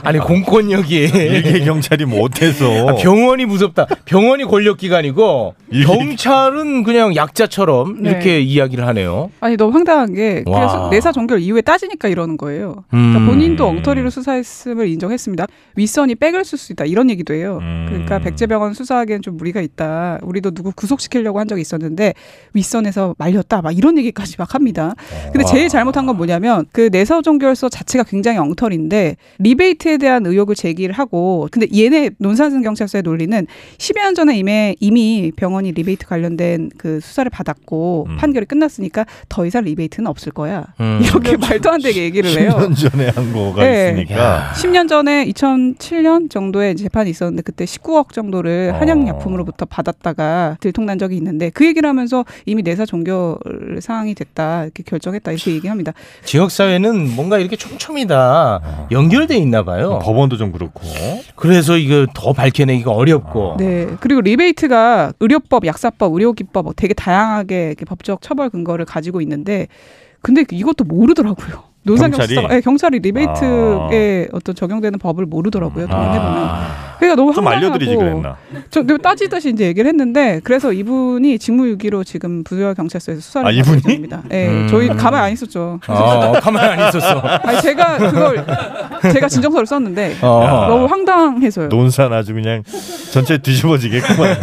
[SPEAKER 4] 아니 공권력이
[SPEAKER 3] 일개 경찰이 뭐 못해서
[SPEAKER 4] *laughs* 아, 병원이 무섭다. 병원이 권력기관이고
[SPEAKER 3] 이게-
[SPEAKER 4] 경찰은 그냥 약자처럼
[SPEAKER 7] 네.
[SPEAKER 4] 이렇게 이야기를 하네요.
[SPEAKER 7] 아니 너무 황당한 게
[SPEAKER 4] 와.
[SPEAKER 7] 그래서 내사 종결 이후에 따지니까 이러는 거예요.
[SPEAKER 4] 음.
[SPEAKER 7] 그러니까 본인도 엉터리로 수사했음을 인정했습니다. 윗선이 백을 쓸 수 있다 이런 얘기도 해요.
[SPEAKER 3] 음.
[SPEAKER 7] 그러니까 백제병원 수사하기엔 좀 무리가 있다. 우리도 누구 구속시키려고 한 적이 있었는데 윗선에서 말렸다 막 이런 얘기까지 막 합니다. 근데 제일 잘못한 건 뭐냐면 그 내사 종결서 자체가 굉장히 엉터리인데 리베이트에 대한 의혹을 제기를 하고 근데 얘네 논산승 경찰서의 논리는 10여 년 전에 이미 이미 병원이 리베이트 관련된 그 수사를 받았고
[SPEAKER 3] 음.
[SPEAKER 7] 판결이 끝났으니까 더 이상 리베이트는 없을 거야.
[SPEAKER 4] 음.
[SPEAKER 7] 이렇게 말도 안 되게 얘기를 해요.
[SPEAKER 3] 10년 전에 한 거가
[SPEAKER 7] 네.
[SPEAKER 3] 있으니까.
[SPEAKER 7] 10년 전에 2007년 정도에 이제 재판이 있었는데 그때 19억 정도를 한약약품으로부터 받았다가 들통난 적이 있는데 그 얘기를 하면서 이미 내사 종결 상황이 됐다 이렇게 결정했다 이렇게 얘기합니다.
[SPEAKER 4] 지역 사회는 뭔가 이렇게 촘촘히 다 연결돼 있나 봐요.
[SPEAKER 3] 법원도 좀 그렇고.
[SPEAKER 4] 그래서 이거 더 밝혀내기가 어렵고.
[SPEAKER 7] 네. 그리고 리베이트가 의료법, 약사법, 의료기법 뭐 되게 다양하게 이렇게 법적 처벌 근거를 가지고 있는데 근데 이것도 모르더라고요. 예, 논산
[SPEAKER 3] 경찰이? 아.
[SPEAKER 7] 경찰이 네, 경찰이 리베이트에 어떤 적용되는 법을 모르더라고요. 동원해 보면.
[SPEAKER 4] 아.
[SPEAKER 7] 그러니까 너무
[SPEAKER 3] 음. 좀 알려드리지
[SPEAKER 7] 황당하고
[SPEAKER 3] 그랬나?
[SPEAKER 7] 저 근데 따지듯이 이제 얘기를 했는데 그래서 이분이 직무유기로 지금 부여 경찰서에서 수사를
[SPEAKER 3] 아,
[SPEAKER 7] 받고
[SPEAKER 3] 이분이?
[SPEAKER 7] 있습니다. 예,
[SPEAKER 4] 음.
[SPEAKER 7] 저희 가만 안 있었죠.
[SPEAKER 4] 어, 가만 안 *laughs* 있었어.
[SPEAKER 7] 아니 제가 그걸 제가 진정서를 썼는데
[SPEAKER 4] 어.
[SPEAKER 7] 너무 황당해서요.
[SPEAKER 3] 논산 아주 그냥 전체 뒤집어지겠구만.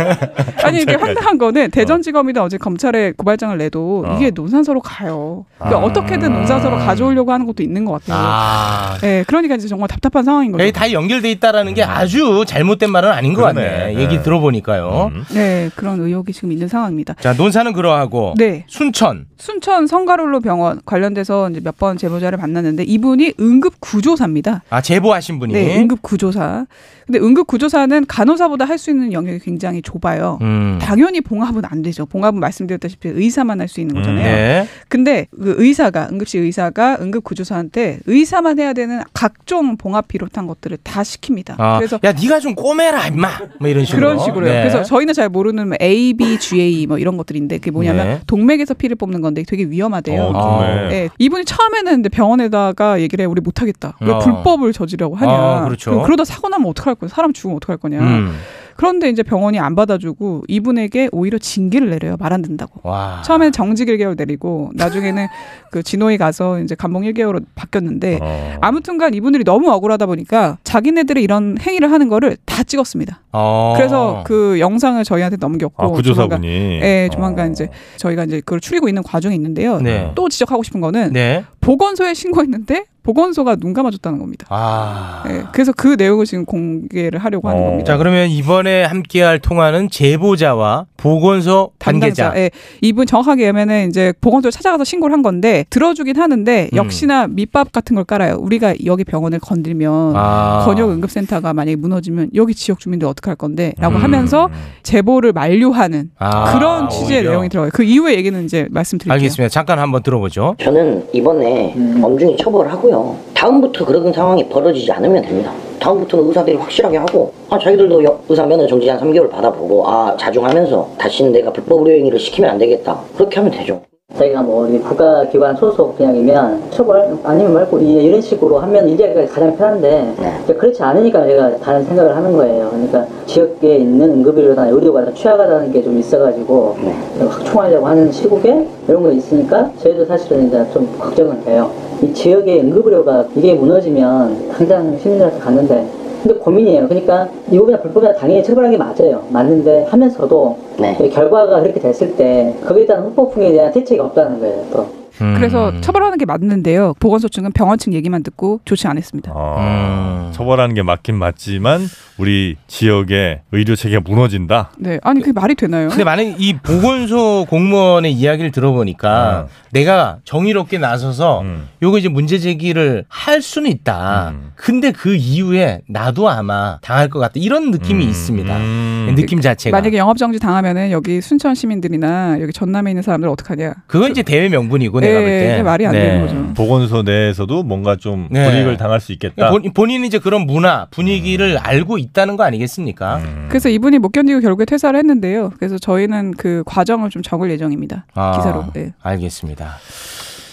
[SPEAKER 7] 아니 이게
[SPEAKER 3] 경찰까지.
[SPEAKER 7] 황당한 거는 대전지검이든 어제 검찰에 고발장을 내도
[SPEAKER 3] 어.
[SPEAKER 7] 이게 논산서로 가요. 그러니까
[SPEAKER 3] 아.
[SPEAKER 7] 어떻게든 논산서로 가져오려고 하는 것도 있는 것 같아요.
[SPEAKER 4] 아.
[SPEAKER 7] 예, 그러니까 이제 정말 답답한 상황인 거죠.
[SPEAKER 4] 여기 네, 다 연결돼 있다라는 게 아주 잘못된 말은 아닌 것 같네.
[SPEAKER 3] 음. 그러네.
[SPEAKER 4] 얘기
[SPEAKER 3] 네.
[SPEAKER 4] 들어보니까요.
[SPEAKER 3] 음.
[SPEAKER 7] 네, 그런 의혹이 지금 있는 상황입니다.
[SPEAKER 4] 자, 논산은 그러하고
[SPEAKER 7] 네.
[SPEAKER 4] 순천.
[SPEAKER 7] 순천 성가롤로 병원 관련돼서 이제 몇 번 제보자를 만났는데 이분이 응급 구조사입니다.
[SPEAKER 4] 아, 제보하신 분이.
[SPEAKER 7] 네, 응급 구조사. 근데 응급 구조사는 간호사보다 할 수 있는 영역이 굉장히 좁아요.
[SPEAKER 4] 음.
[SPEAKER 7] 당연히 봉합은 안 되죠. 봉합은 말씀드렸다시피 의사만 할 수 있는 거잖아요.
[SPEAKER 4] 네.
[SPEAKER 7] 근데 그 의사가 응급실 의사가 응급 구조사한테 의사만 해야 되는 각종 봉합 비롯한 것들을 다 시킵니다.
[SPEAKER 4] 아,
[SPEAKER 7] 그래서
[SPEAKER 4] 야, 네가 좀 꼬매라 임마. 뭐 이런 식으로.
[SPEAKER 7] 그런 식으로요.
[SPEAKER 4] 네.
[SPEAKER 7] 그래서 저희는 잘 모르는 뭐 A, B, GA 뭐 이런 것들인데 그게 뭐냐면
[SPEAKER 4] 네.
[SPEAKER 7] 동맥에서 피를 뽑는 건데 되게 위험하대요.
[SPEAKER 3] 어,
[SPEAKER 4] 아,
[SPEAKER 3] 정말.
[SPEAKER 7] 예, 이분이 처음에는 근데 병원에다가 얘기를 해 우리 못하겠다. 왜
[SPEAKER 4] 어.
[SPEAKER 7] 불법을 저지려고 하냐.
[SPEAKER 4] 아, 그렇죠.
[SPEAKER 7] 그럼 그러다 사고 나면 어떡할 거냐. 사람 죽으면 어떡할 거냐.
[SPEAKER 4] 음.
[SPEAKER 7] 그런데 이제 병원이 안 받아주고 이분에게 오히려 징계를 내려요. 말 안 된다고.
[SPEAKER 4] 와.
[SPEAKER 7] 아. 처음엔 정직 1개월 내리고
[SPEAKER 3] *laughs*
[SPEAKER 7] 나중에는 그 진호에 가서 이제 감봉 1개월로 바뀌었는데
[SPEAKER 3] 어.
[SPEAKER 7] 아무튼간 이분들이 너무 억울하다 보니까 자기네들의 이런 행위를 하는 거를 다 찍었습니다.
[SPEAKER 4] 어.
[SPEAKER 7] 그래서 그 영상을 저희한테 넘겼고
[SPEAKER 3] 아,
[SPEAKER 7] 조만간,
[SPEAKER 3] 구조사분이.
[SPEAKER 7] 예, 조만간
[SPEAKER 3] 어.
[SPEAKER 7] 이제 저희가 이제 그걸 추리고 있는 과정이 있는데요.
[SPEAKER 4] 네.
[SPEAKER 7] 또 지적하고 싶은 거는
[SPEAKER 4] 네.
[SPEAKER 7] 보건소에 신고했는데 보건소가 눈 감아줬다는 겁니다.
[SPEAKER 4] 아.
[SPEAKER 7] 예, 그래서 그 내용을 지금 공개를 하려고 하는
[SPEAKER 3] 어.
[SPEAKER 7] 겁니다.
[SPEAKER 4] 자, 그러면 이번에 함께할 통화는 제보자와 보건소
[SPEAKER 7] 담당자.
[SPEAKER 4] 관계자.
[SPEAKER 7] 예. 이분 정확하게 하면은 이제 보건소를 찾아가서 신고를 한 건데 들어주긴 하는데
[SPEAKER 4] 음.
[SPEAKER 7] 역시나 밑밥 같은 걸 깔아요. 우리가 여기 병원을 건들면
[SPEAKER 4] 아.
[SPEAKER 7] 건역 응급센터가 만약에 무너지면 여기 지역 주민들 어떡할 건데라고
[SPEAKER 4] 음.
[SPEAKER 7] 하면서 제보를 만료하는
[SPEAKER 4] 아,
[SPEAKER 7] 그런 취지의
[SPEAKER 4] 오히려.
[SPEAKER 7] 내용이 들어가요. 그 이후의 얘기는 이제 말씀드릴게요.
[SPEAKER 4] 알겠습니다. 잠깐 한번 들어보죠.
[SPEAKER 9] 저는 이번에
[SPEAKER 8] 음.
[SPEAKER 9] 엄중히 처벌하고요. 다음부터 그런 상황이 벌어지지 않으면 됩니다. 다음부터는 의사들이 확실하게 하고, 아, 자기들도 여- 의사 면허 정지 한 3개월 받아보고, 아, 자중하면서 다시는 내가 불법 의료행위를 시키면 안 되겠다. 그렇게 하면 되죠.
[SPEAKER 8] 저희가 뭐 우리 국가기관 소속 그냥이면 처벌 아니면 말고 이- 이런 식으로 하면 일하기가 가장 편한데
[SPEAKER 9] 네.
[SPEAKER 8] 이제 그렇지 않으니까 제가 다른 생각을 하는 거예요. 그러니까 지역에 있는 응급의료나 의료가 다 취약하다는 게 좀 있어가지고
[SPEAKER 9] 네.
[SPEAKER 8] 확충하려고 하는 시국에 이런 거 있으니까 저희도 사실은 이제 좀 걱정은 돼요. 이 지역의 응급의료가 이게 무너지면 당장 시민들한테 갔는데 근데 고민이에요. 그러니까 이거보다 불법이나 당연히 처벌하는 게 맞아요. 맞는데 하면서도
[SPEAKER 9] 네.
[SPEAKER 8] 이 결과가 그렇게 됐을 때 거기에 대한 후폭풍에 대한 대책이 없다는 거예요. 또.
[SPEAKER 4] 음.
[SPEAKER 7] 그래서 처벌하는 게 맞는데요. 보건소 측은 병원 측 얘기만 듣고 조치 안
[SPEAKER 4] 어.
[SPEAKER 7] 했습니다.
[SPEAKER 3] 아,
[SPEAKER 4] 음.
[SPEAKER 3] 처벌하는 게 맞긴 맞지만 우리 지역의 의료 체계가 무너진다.
[SPEAKER 7] 네, 아니 그게 말이 되나요?
[SPEAKER 4] 근데 만약 이 보건소 공무원의 이야기를 들어보니까
[SPEAKER 3] 음.
[SPEAKER 4] 내가 정의롭게 나서서
[SPEAKER 3] 음.
[SPEAKER 4] 요거 이제 문제 제기를 할 수는 있다.
[SPEAKER 3] 음.
[SPEAKER 4] 근데 그 이후에 나도 아마 당할 것 같다. 이런 느낌이
[SPEAKER 3] 음.
[SPEAKER 4] 있습니다.
[SPEAKER 3] 음.
[SPEAKER 4] 느낌 자체가.
[SPEAKER 7] 만약에 영업 정지 당하면은 여기 순천 시민들이나 여기 전남에 있는 사람들 어떡하냐?
[SPEAKER 4] 그건 이제 대외 명분이고
[SPEAKER 7] 예,
[SPEAKER 4] 내가 볼 때.
[SPEAKER 7] 그게 말이 안
[SPEAKER 4] 네.
[SPEAKER 7] 되는 거죠.
[SPEAKER 3] 보건소 내에서도 뭔가 좀
[SPEAKER 4] 네.
[SPEAKER 3] 불이익을 당할 수 있겠다.
[SPEAKER 4] 본, 본인이 이제 그런 문화
[SPEAKER 3] 음.
[SPEAKER 4] 분위기를 알고 있다는 거 아니겠습니까?
[SPEAKER 7] 그래서 이분이 못 견디고 결국에 퇴사를 했는데요. 그래서 저희는 그 과정을 좀 적을 예정입니다.
[SPEAKER 4] 아,
[SPEAKER 7] 기사로. 예.
[SPEAKER 4] 알겠습니다.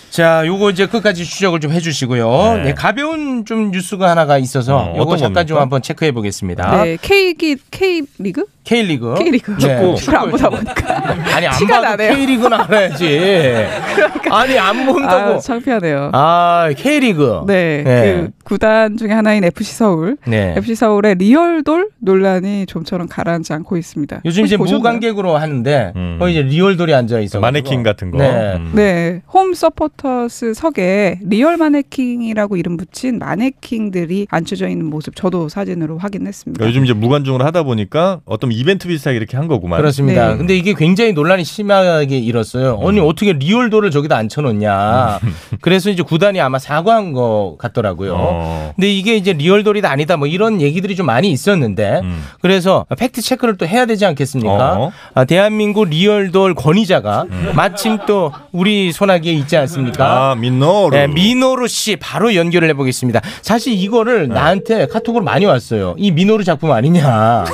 [SPEAKER 4] 자, 요거 이제 끝까지 추적을 좀 해주시고요. 네.
[SPEAKER 3] 네.
[SPEAKER 4] 가벼운 좀 뉴스가 하나가 있어서
[SPEAKER 3] 어,
[SPEAKER 4] 요거
[SPEAKER 3] 어떤
[SPEAKER 4] 잠깐 좀
[SPEAKER 3] 겁니까?
[SPEAKER 4] 한번 체크해 보겠습니다.
[SPEAKER 7] 네, K 기 K 리그?
[SPEAKER 4] K리그.
[SPEAKER 7] K 리그.
[SPEAKER 4] 아. 네.
[SPEAKER 7] 축구 안 보다
[SPEAKER 4] *laughs*
[SPEAKER 7] 보니까.
[SPEAKER 4] 아니 안
[SPEAKER 7] 티가
[SPEAKER 4] 봐도
[SPEAKER 7] 나네요.
[SPEAKER 4] K리그나 알아야지. 아니 안
[SPEAKER 7] 아,
[SPEAKER 4] 본다고.
[SPEAKER 7] 창피하네요.
[SPEAKER 4] 아, K리그.
[SPEAKER 7] 네,
[SPEAKER 4] 네.
[SPEAKER 7] 그 구단 중에 하나인 FC 서울.
[SPEAKER 4] 네.
[SPEAKER 7] FC 서울의 리얼돌 논란이 좀처럼 가라앉지 않고 있습니다.
[SPEAKER 4] 요즘
[SPEAKER 7] 혹시
[SPEAKER 4] 이제
[SPEAKER 7] 보셨나요?
[SPEAKER 4] 무관객으로 하는데
[SPEAKER 3] 음.
[SPEAKER 4] 거의 이제 리얼돌이 앉아 있어.
[SPEAKER 3] 그 마네킹 같은 거.
[SPEAKER 4] 네.
[SPEAKER 3] 음.
[SPEAKER 7] 네, 홈 서포터스 석에 리얼 마네킹이라고 이름 붙인 마네킹들이 앉혀져 있는 모습 저도 사진으로 확인했습니다.
[SPEAKER 3] 그러니까 요즘 이제 무관중으로 하다 보니까 어떤 이벤트 비슷하게 이렇게 한 거구만.
[SPEAKER 4] 그렇습니다.
[SPEAKER 7] 네.
[SPEAKER 4] 근데 이게 굉장히 논란이 심하게 일었어요.
[SPEAKER 3] 음.
[SPEAKER 4] 아니 어떻게 리얼돌을 저기다 앉혀놓냐.
[SPEAKER 3] *laughs*
[SPEAKER 4] 그래서 이제 구단이 아마 사과한 것 같더라고요.
[SPEAKER 3] 어.
[SPEAKER 4] 근데 이게 이제 리얼돌이다 아니다 뭐 이런 얘기들이 좀 많이 있었는데
[SPEAKER 3] 음.
[SPEAKER 4] 그래서 팩트 체크를 또 해야 되지 않겠습니까?
[SPEAKER 3] 어. 음.
[SPEAKER 4] 아, 대한민국 리얼돌 권위자가 마침 또 우리 소나기에 있지 않습니까?
[SPEAKER 3] 아, 민노.
[SPEAKER 4] 네, 미노루 씨 바로 연결을
[SPEAKER 3] 네. *laughs*
[SPEAKER 4] 해보겠습니다. 사실 이거를 나한테 카톡으로 많이 왔어요. 이 미노루 작품 아니냐.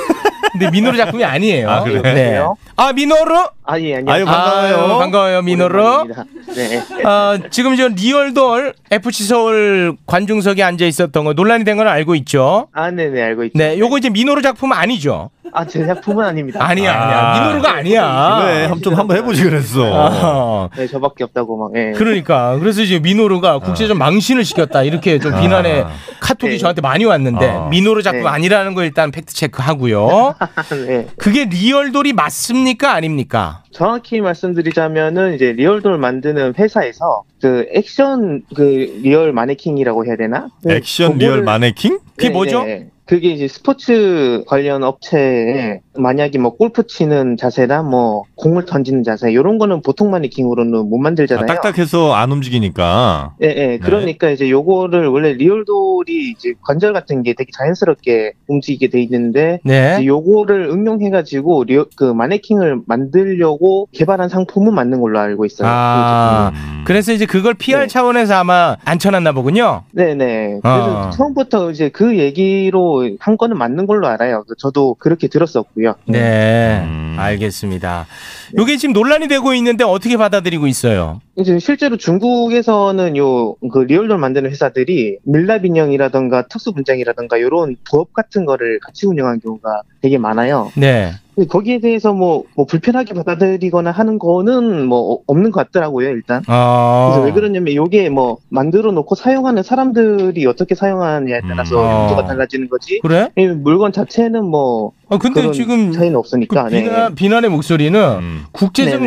[SPEAKER 4] 근데 민호루 작품이 아니에요.
[SPEAKER 3] 아, 그래요?
[SPEAKER 4] 네. 아 민호루.
[SPEAKER 10] 아, 예,
[SPEAKER 3] 아유
[SPEAKER 10] 안녕하세요.
[SPEAKER 3] 반가워요.
[SPEAKER 4] 아유, 반가워요 민호루.
[SPEAKER 10] 오랜만입니다. 네.
[SPEAKER 4] 어, 지금 저 리얼돌 FC 서울 관중석에 앉아 있었던 거 논란이 된 건 알고 있죠.
[SPEAKER 10] 아, 네네, 알고 있죠.
[SPEAKER 4] 네, 요거 이제 민호루 작품 아니죠.
[SPEAKER 10] 아, 제 작품은 아닙니다.
[SPEAKER 4] 아니야,
[SPEAKER 3] 아. 네.
[SPEAKER 4] 아니야. 민호루가 아니야.
[SPEAKER 3] 그래 좀 한번 해보지 그랬어.
[SPEAKER 4] 어.
[SPEAKER 10] 네, 저밖에 없다고 막, 예.
[SPEAKER 4] 그러니까 그래서 지금 민호루가 국제적 망신을 시켰다 이렇게 좀 비난의
[SPEAKER 3] 어. 아.
[SPEAKER 4] 카톡이
[SPEAKER 10] 네.
[SPEAKER 4] 저한테 많이 왔는데
[SPEAKER 3] 아.
[SPEAKER 4] 민호루 작품
[SPEAKER 10] 네.
[SPEAKER 4] 아니라는 거 일단 팩트 체크하고요.
[SPEAKER 10] *laughs* 네.
[SPEAKER 4] 그게 리얼돌이 맞습니까 아닙니까?
[SPEAKER 10] 정확히 말씀드리자면은, 이제 리얼돌 만드는 회사에서, 그, 액션, 그, 리얼 마네킹이라고 해야 되나? 그
[SPEAKER 3] 액션
[SPEAKER 10] 그거를-
[SPEAKER 3] 리얼 마네킹?
[SPEAKER 4] 그게
[SPEAKER 10] 네,
[SPEAKER 4] 뭐죠?
[SPEAKER 10] 네. 그게 이제 스포츠 관련 업체에 만약에 뭐 골프 치는 자세나 뭐 공을 던지는 자세 이런 거는 보통 마네킹으로는 못 만들잖아요.
[SPEAKER 3] 아, 딱딱해서 안 움직이니까. 네.
[SPEAKER 10] 예, 예. 그러니까 이제 요거를 원래 리얼돌이 이제 관절 같은 게 되게 자연스럽게 움직이게 돼 있는데
[SPEAKER 4] 네.
[SPEAKER 10] 이제 요거를 응용해가지고 리얼, 그 마네킹을 만들려고 개발한 상품은 맞는 걸로 알고 있어요.
[SPEAKER 4] 아,
[SPEAKER 3] 음.
[SPEAKER 4] 그래서 이제 그걸 PR
[SPEAKER 10] 네.
[SPEAKER 4] 차원에서 아마 안 쳐놨나 보군요.
[SPEAKER 10] 네네. 그래서
[SPEAKER 4] 아.
[SPEAKER 10] 처음부터 이제 그 얘기로 한 거는 맞는 걸로 알아요. 저도 그렇게 들었었고요.
[SPEAKER 4] 네,
[SPEAKER 3] 음.
[SPEAKER 4] 알겠습니다.
[SPEAKER 10] 네.
[SPEAKER 4] 이게 지금 논란이 되고 있는데 어떻게 받아들이고 있어요?
[SPEAKER 10] 이제 실제로 중국에서는 요 그 리얼돌 만드는 회사들이 밀랍 인형이라던가 특수 분장이라던가 요런 부업 같은 거를 같이 운영한 경우가 되게 많아요.
[SPEAKER 4] 네,
[SPEAKER 10] 근데 거기에 대해서 뭐, 뭐 불편하게 받아들이거나 하는 거는 뭐 어- 없는 것 같더라고요 일단.
[SPEAKER 4] 어,
[SPEAKER 10] 그래서 왜 그러냐면 요게 뭐 만들어 놓고 사용하는 사람들이 어떻게 사용하느냐에 따라서
[SPEAKER 4] 음.
[SPEAKER 10] 용도가
[SPEAKER 4] 어.
[SPEAKER 10] 달라지는 거지.
[SPEAKER 4] 그래?
[SPEAKER 10] 이 물건 자체는 뭐
[SPEAKER 4] 아, 근데
[SPEAKER 10] 그런
[SPEAKER 4] 지금
[SPEAKER 10] 차이는
[SPEAKER 4] 그
[SPEAKER 10] 없으니까. 네.
[SPEAKER 4] 비난, 비난의 목소리는
[SPEAKER 3] 음.
[SPEAKER 4] 국제적
[SPEAKER 10] 네네.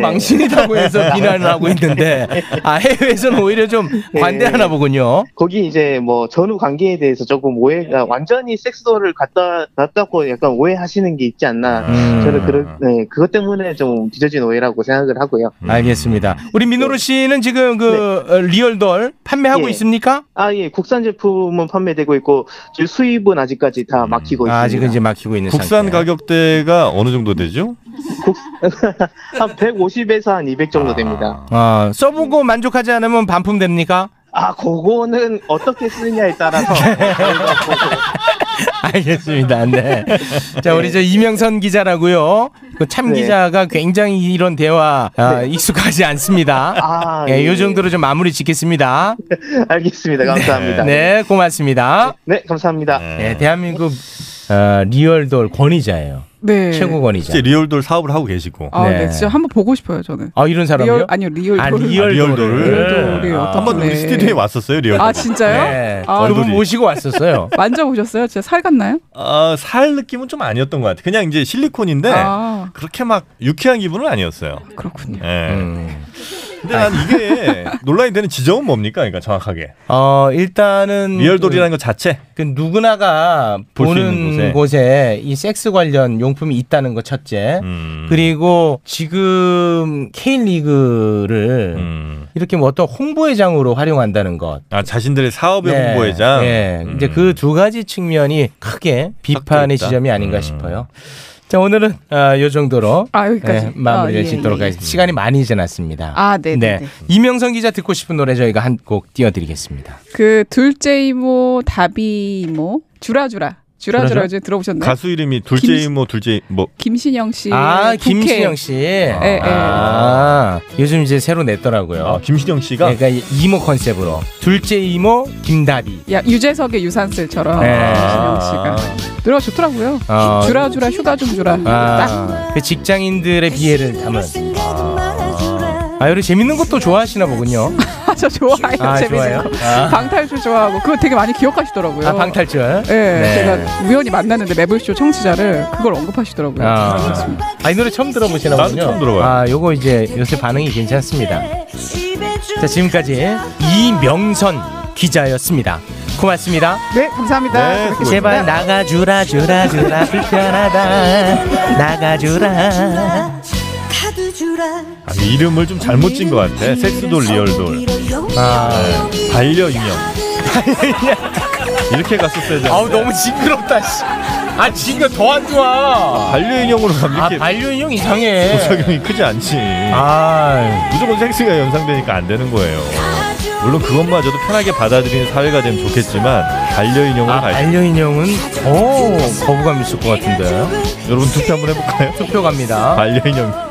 [SPEAKER 10] *laughs*
[SPEAKER 4] 망신이라고 해서 비난을 하고 있는데 아, 해외에서는 오히려 좀
[SPEAKER 10] 네.
[SPEAKER 4] 관대하나 보군요.
[SPEAKER 10] 거기 이제 뭐 전후 관계에 대해서 조금 오해가 완전히 섹스도를 갖다 놨다고 약간 오해하시는 게 있지 않나.
[SPEAKER 4] 음.
[SPEAKER 10] 아, 저는 그런 네, 그것 때문에 좀 뒤져진 오해라고 생각을 하고요.
[SPEAKER 4] 알겠습니다. 우리 민호루 씨는 지금 그 어, 리얼돌 판매하고
[SPEAKER 10] 네. 예.
[SPEAKER 4] 있습니까?
[SPEAKER 10] 아 예, 국산 제품은 판매되고 있고 지금 수입은 아직까지 다
[SPEAKER 3] 음.
[SPEAKER 10] 막히고 있습니다.
[SPEAKER 4] 아, 지금 이제 막히고 있는
[SPEAKER 3] 국산
[SPEAKER 4] 상태.
[SPEAKER 3] 가격대가 어느 정도 되죠?
[SPEAKER 10] 한 150에서 한 200 정도 됩니다.
[SPEAKER 4] 아, 써보고 만족하지 않으면 반품 됩니까?
[SPEAKER 10] 아, 그거는 어떻게 쓰느냐에 따라서
[SPEAKER 4] *laughs* 알겠습니다. 네. 자, 우리 저 이명선 기자라고요. 그 참
[SPEAKER 10] 네.
[SPEAKER 4] 기자가 굉장히 이런 대화 아, 익숙하지 않습니다.
[SPEAKER 10] 아,
[SPEAKER 4] 예,
[SPEAKER 10] 예.
[SPEAKER 4] 요 정도로 좀 마무리 짓겠습니다.
[SPEAKER 10] 알겠습니다. 감사합니다.
[SPEAKER 4] 네, 고맙습니다.
[SPEAKER 10] 네, 감사합니다.
[SPEAKER 4] 네, 대한민국 어, 리얼돌 권위자예요.
[SPEAKER 7] 네.
[SPEAKER 4] 최고 권위자.
[SPEAKER 3] 실제 리얼돌 사업을 하고 계시고.
[SPEAKER 7] 아, 네.
[SPEAKER 4] 네.
[SPEAKER 7] 진짜 한번 보고 싶어요, 저는.
[SPEAKER 4] 아, 이런 사람이요?
[SPEAKER 7] 리얼 아니요, 리얼.
[SPEAKER 4] 아,
[SPEAKER 7] 돌.
[SPEAKER 4] 리얼-
[SPEAKER 3] 리얼돌을.
[SPEAKER 7] 리얼돌이
[SPEAKER 4] 아,
[SPEAKER 7] 어떤
[SPEAKER 3] 한번 우리
[SPEAKER 7] 네.
[SPEAKER 3] 스튜디오에 왔었어요 리얼돌.
[SPEAKER 7] 아, 진짜요?
[SPEAKER 4] 네.
[SPEAKER 7] 아,
[SPEAKER 4] 그분
[SPEAKER 3] 얼굴이.
[SPEAKER 4] 모시고 왔었어요.
[SPEAKER 7] 만져보셨어요? 진짜 살 같나요?
[SPEAKER 3] 아, 살 느낌은 좀 아니었던 것 같아요. 그냥 이제
[SPEAKER 4] 네.
[SPEAKER 3] 실리콘인데
[SPEAKER 7] 아,
[SPEAKER 3] 그렇게 막 유쾌한 기분은 아니었어요.
[SPEAKER 7] 그렇군요.
[SPEAKER 3] 예.
[SPEAKER 4] 음.
[SPEAKER 3] 근데 난 이게 논란이 되는 지점은 뭡니까? 그러니까 정확하게
[SPEAKER 4] 어, 일단은
[SPEAKER 3] 리얼돌이라는 것 자체.
[SPEAKER 4] 그 누구나가
[SPEAKER 3] 볼수 있는
[SPEAKER 4] 보는
[SPEAKER 3] 곳에.
[SPEAKER 4] 곳에 이 섹스 관련 용품이 있다는 거 첫째.
[SPEAKER 3] 음.
[SPEAKER 4] 그리고 지금 K리그를
[SPEAKER 3] 음.
[SPEAKER 4] 이렇게 뭐 어떤 홍보회장으로 활용한다는 것.
[SPEAKER 3] 아 자신들의 사업의
[SPEAKER 4] 네,
[SPEAKER 3] 홍보회장.
[SPEAKER 4] 네. 이제
[SPEAKER 3] 음.
[SPEAKER 4] 그 두 가지 측면이 크게 비판의
[SPEAKER 3] 있다.
[SPEAKER 4] 지점이 아닌가
[SPEAKER 3] 음.
[SPEAKER 4] 싶어요. 자, 오늘은 아, 요 정도로
[SPEAKER 7] 아, 여기까지.
[SPEAKER 4] 네, 마무리를
[SPEAKER 7] 아, 예,
[SPEAKER 4] 짓도록
[SPEAKER 7] 예, 예.
[SPEAKER 4] 하겠습니다. 시간이 많이 지났습니다.
[SPEAKER 7] 아, 네, 네. 네.
[SPEAKER 4] 이명선 기자 듣고 싶은 노래 저희가 한 곡 띄워드리겠습니다.
[SPEAKER 7] 그 둘째 이모, 다비 이모, 주라주라. 주라주라 요즘 들어보셨나요?
[SPEAKER 3] 가수 이름이 둘째
[SPEAKER 7] 김-
[SPEAKER 3] 이모 둘째 뭐
[SPEAKER 7] 김신영 씨.
[SPEAKER 4] 아,
[SPEAKER 7] 부캐.
[SPEAKER 4] 김신영 씨.
[SPEAKER 7] 예.
[SPEAKER 4] 아, 요즘 이제 새로 냈더라고요.
[SPEAKER 3] 아, 김신영 씨가
[SPEAKER 4] 그러니까 이모 컨셉으로 둘째 이모 김다비.
[SPEAKER 7] 야, 유재석의 유산슬처럼 아,
[SPEAKER 4] 네.
[SPEAKER 7] 김신영 씨가 노래가 좋더라고요.
[SPEAKER 4] 아.
[SPEAKER 7] 주라주라 휴가 좀 주라. 딱. *laughs*
[SPEAKER 4] 아, 그 직장인들의 비애를 담은. 아, 요리 재밌는 것도 좋아하시나 보군요.
[SPEAKER 7] 아, 저 좋아해요.
[SPEAKER 4] 아,
[SPEAKER 7] 재밌는
[SPEAKER 4] 좋아요.
[SPEAKER 7] 거.
[SPEAKER 4] 아,
[SPEAKER 7] 방탈출 좋아하고 그거 되게 많이 기억하시더라고요.
[SPEAKER 4] 아, 방탈출.
[SPEAKER 7] 예,
[SPEAKER 4] 네.
[SPEAKER 7] 제가 우연히 만났는데 매블쇼 청취자를 그걸 언급하시더라고요.
[SPEAKER 4] 아, 아, 이 노래 처음 들어보시나
[SPEAKER 3] 나도
[SPEAKER 4] 보군요.
[SPEAKER 3] 처음 들어봐요.
[SPEAKER 4] 아, 요거 이제 요새 반응이 괜찮습니다. 자, 지금까지 이명선 기자였습니다. 고맙습니다.
[SPEAKER 7] 네, 감사합니다.
[SPEAKER 3] 네, 수고했습니다.
[SPEAKER 4] 제발 나가주라 주라 주라 불편하다 나가주라
[SPEAKER 3] 아니, 이름을 좀 잘못 찐 것 같아. 섹스돌 리얼돌
[SPEAKER 4] 아
[SPEAKER 3] 반려인형. 이렇게 갔었어야 돼.
[SPEAKER 4] 아우 너무 징그럽다 씨. 아 지금 더안 좋아
[SPEAKER 3] 반려인형으로 가면
[SPEAKER 4] 아
[SPEAKER 3] 이렇게
[SPEAKER 4] 반려인형 이상해
[SPEAKER 3] 부작용이 크지 않지.
[SPEAKER 4] 아
[SPEAKER 3] 무조건 섹스가 연상되니까 안 되는 거예요. 물론 그것마저도 편하게 받아들이는 사회가 되면 좋겠지만 반려인형으로
[SPEAKER 4] 아,
[SPEAKER 3] 갈
[SPEAKER 4] 반려인형은 오 거부감 있을 것 같은데.
[SPEAKER 3] 여러분 투표 한번 해볼까요?
[SPEAKER 4] 투표 갑니다.
[SPEAKER 3] 반려인형.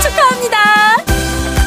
[SPEAKER 11] 축하합니다.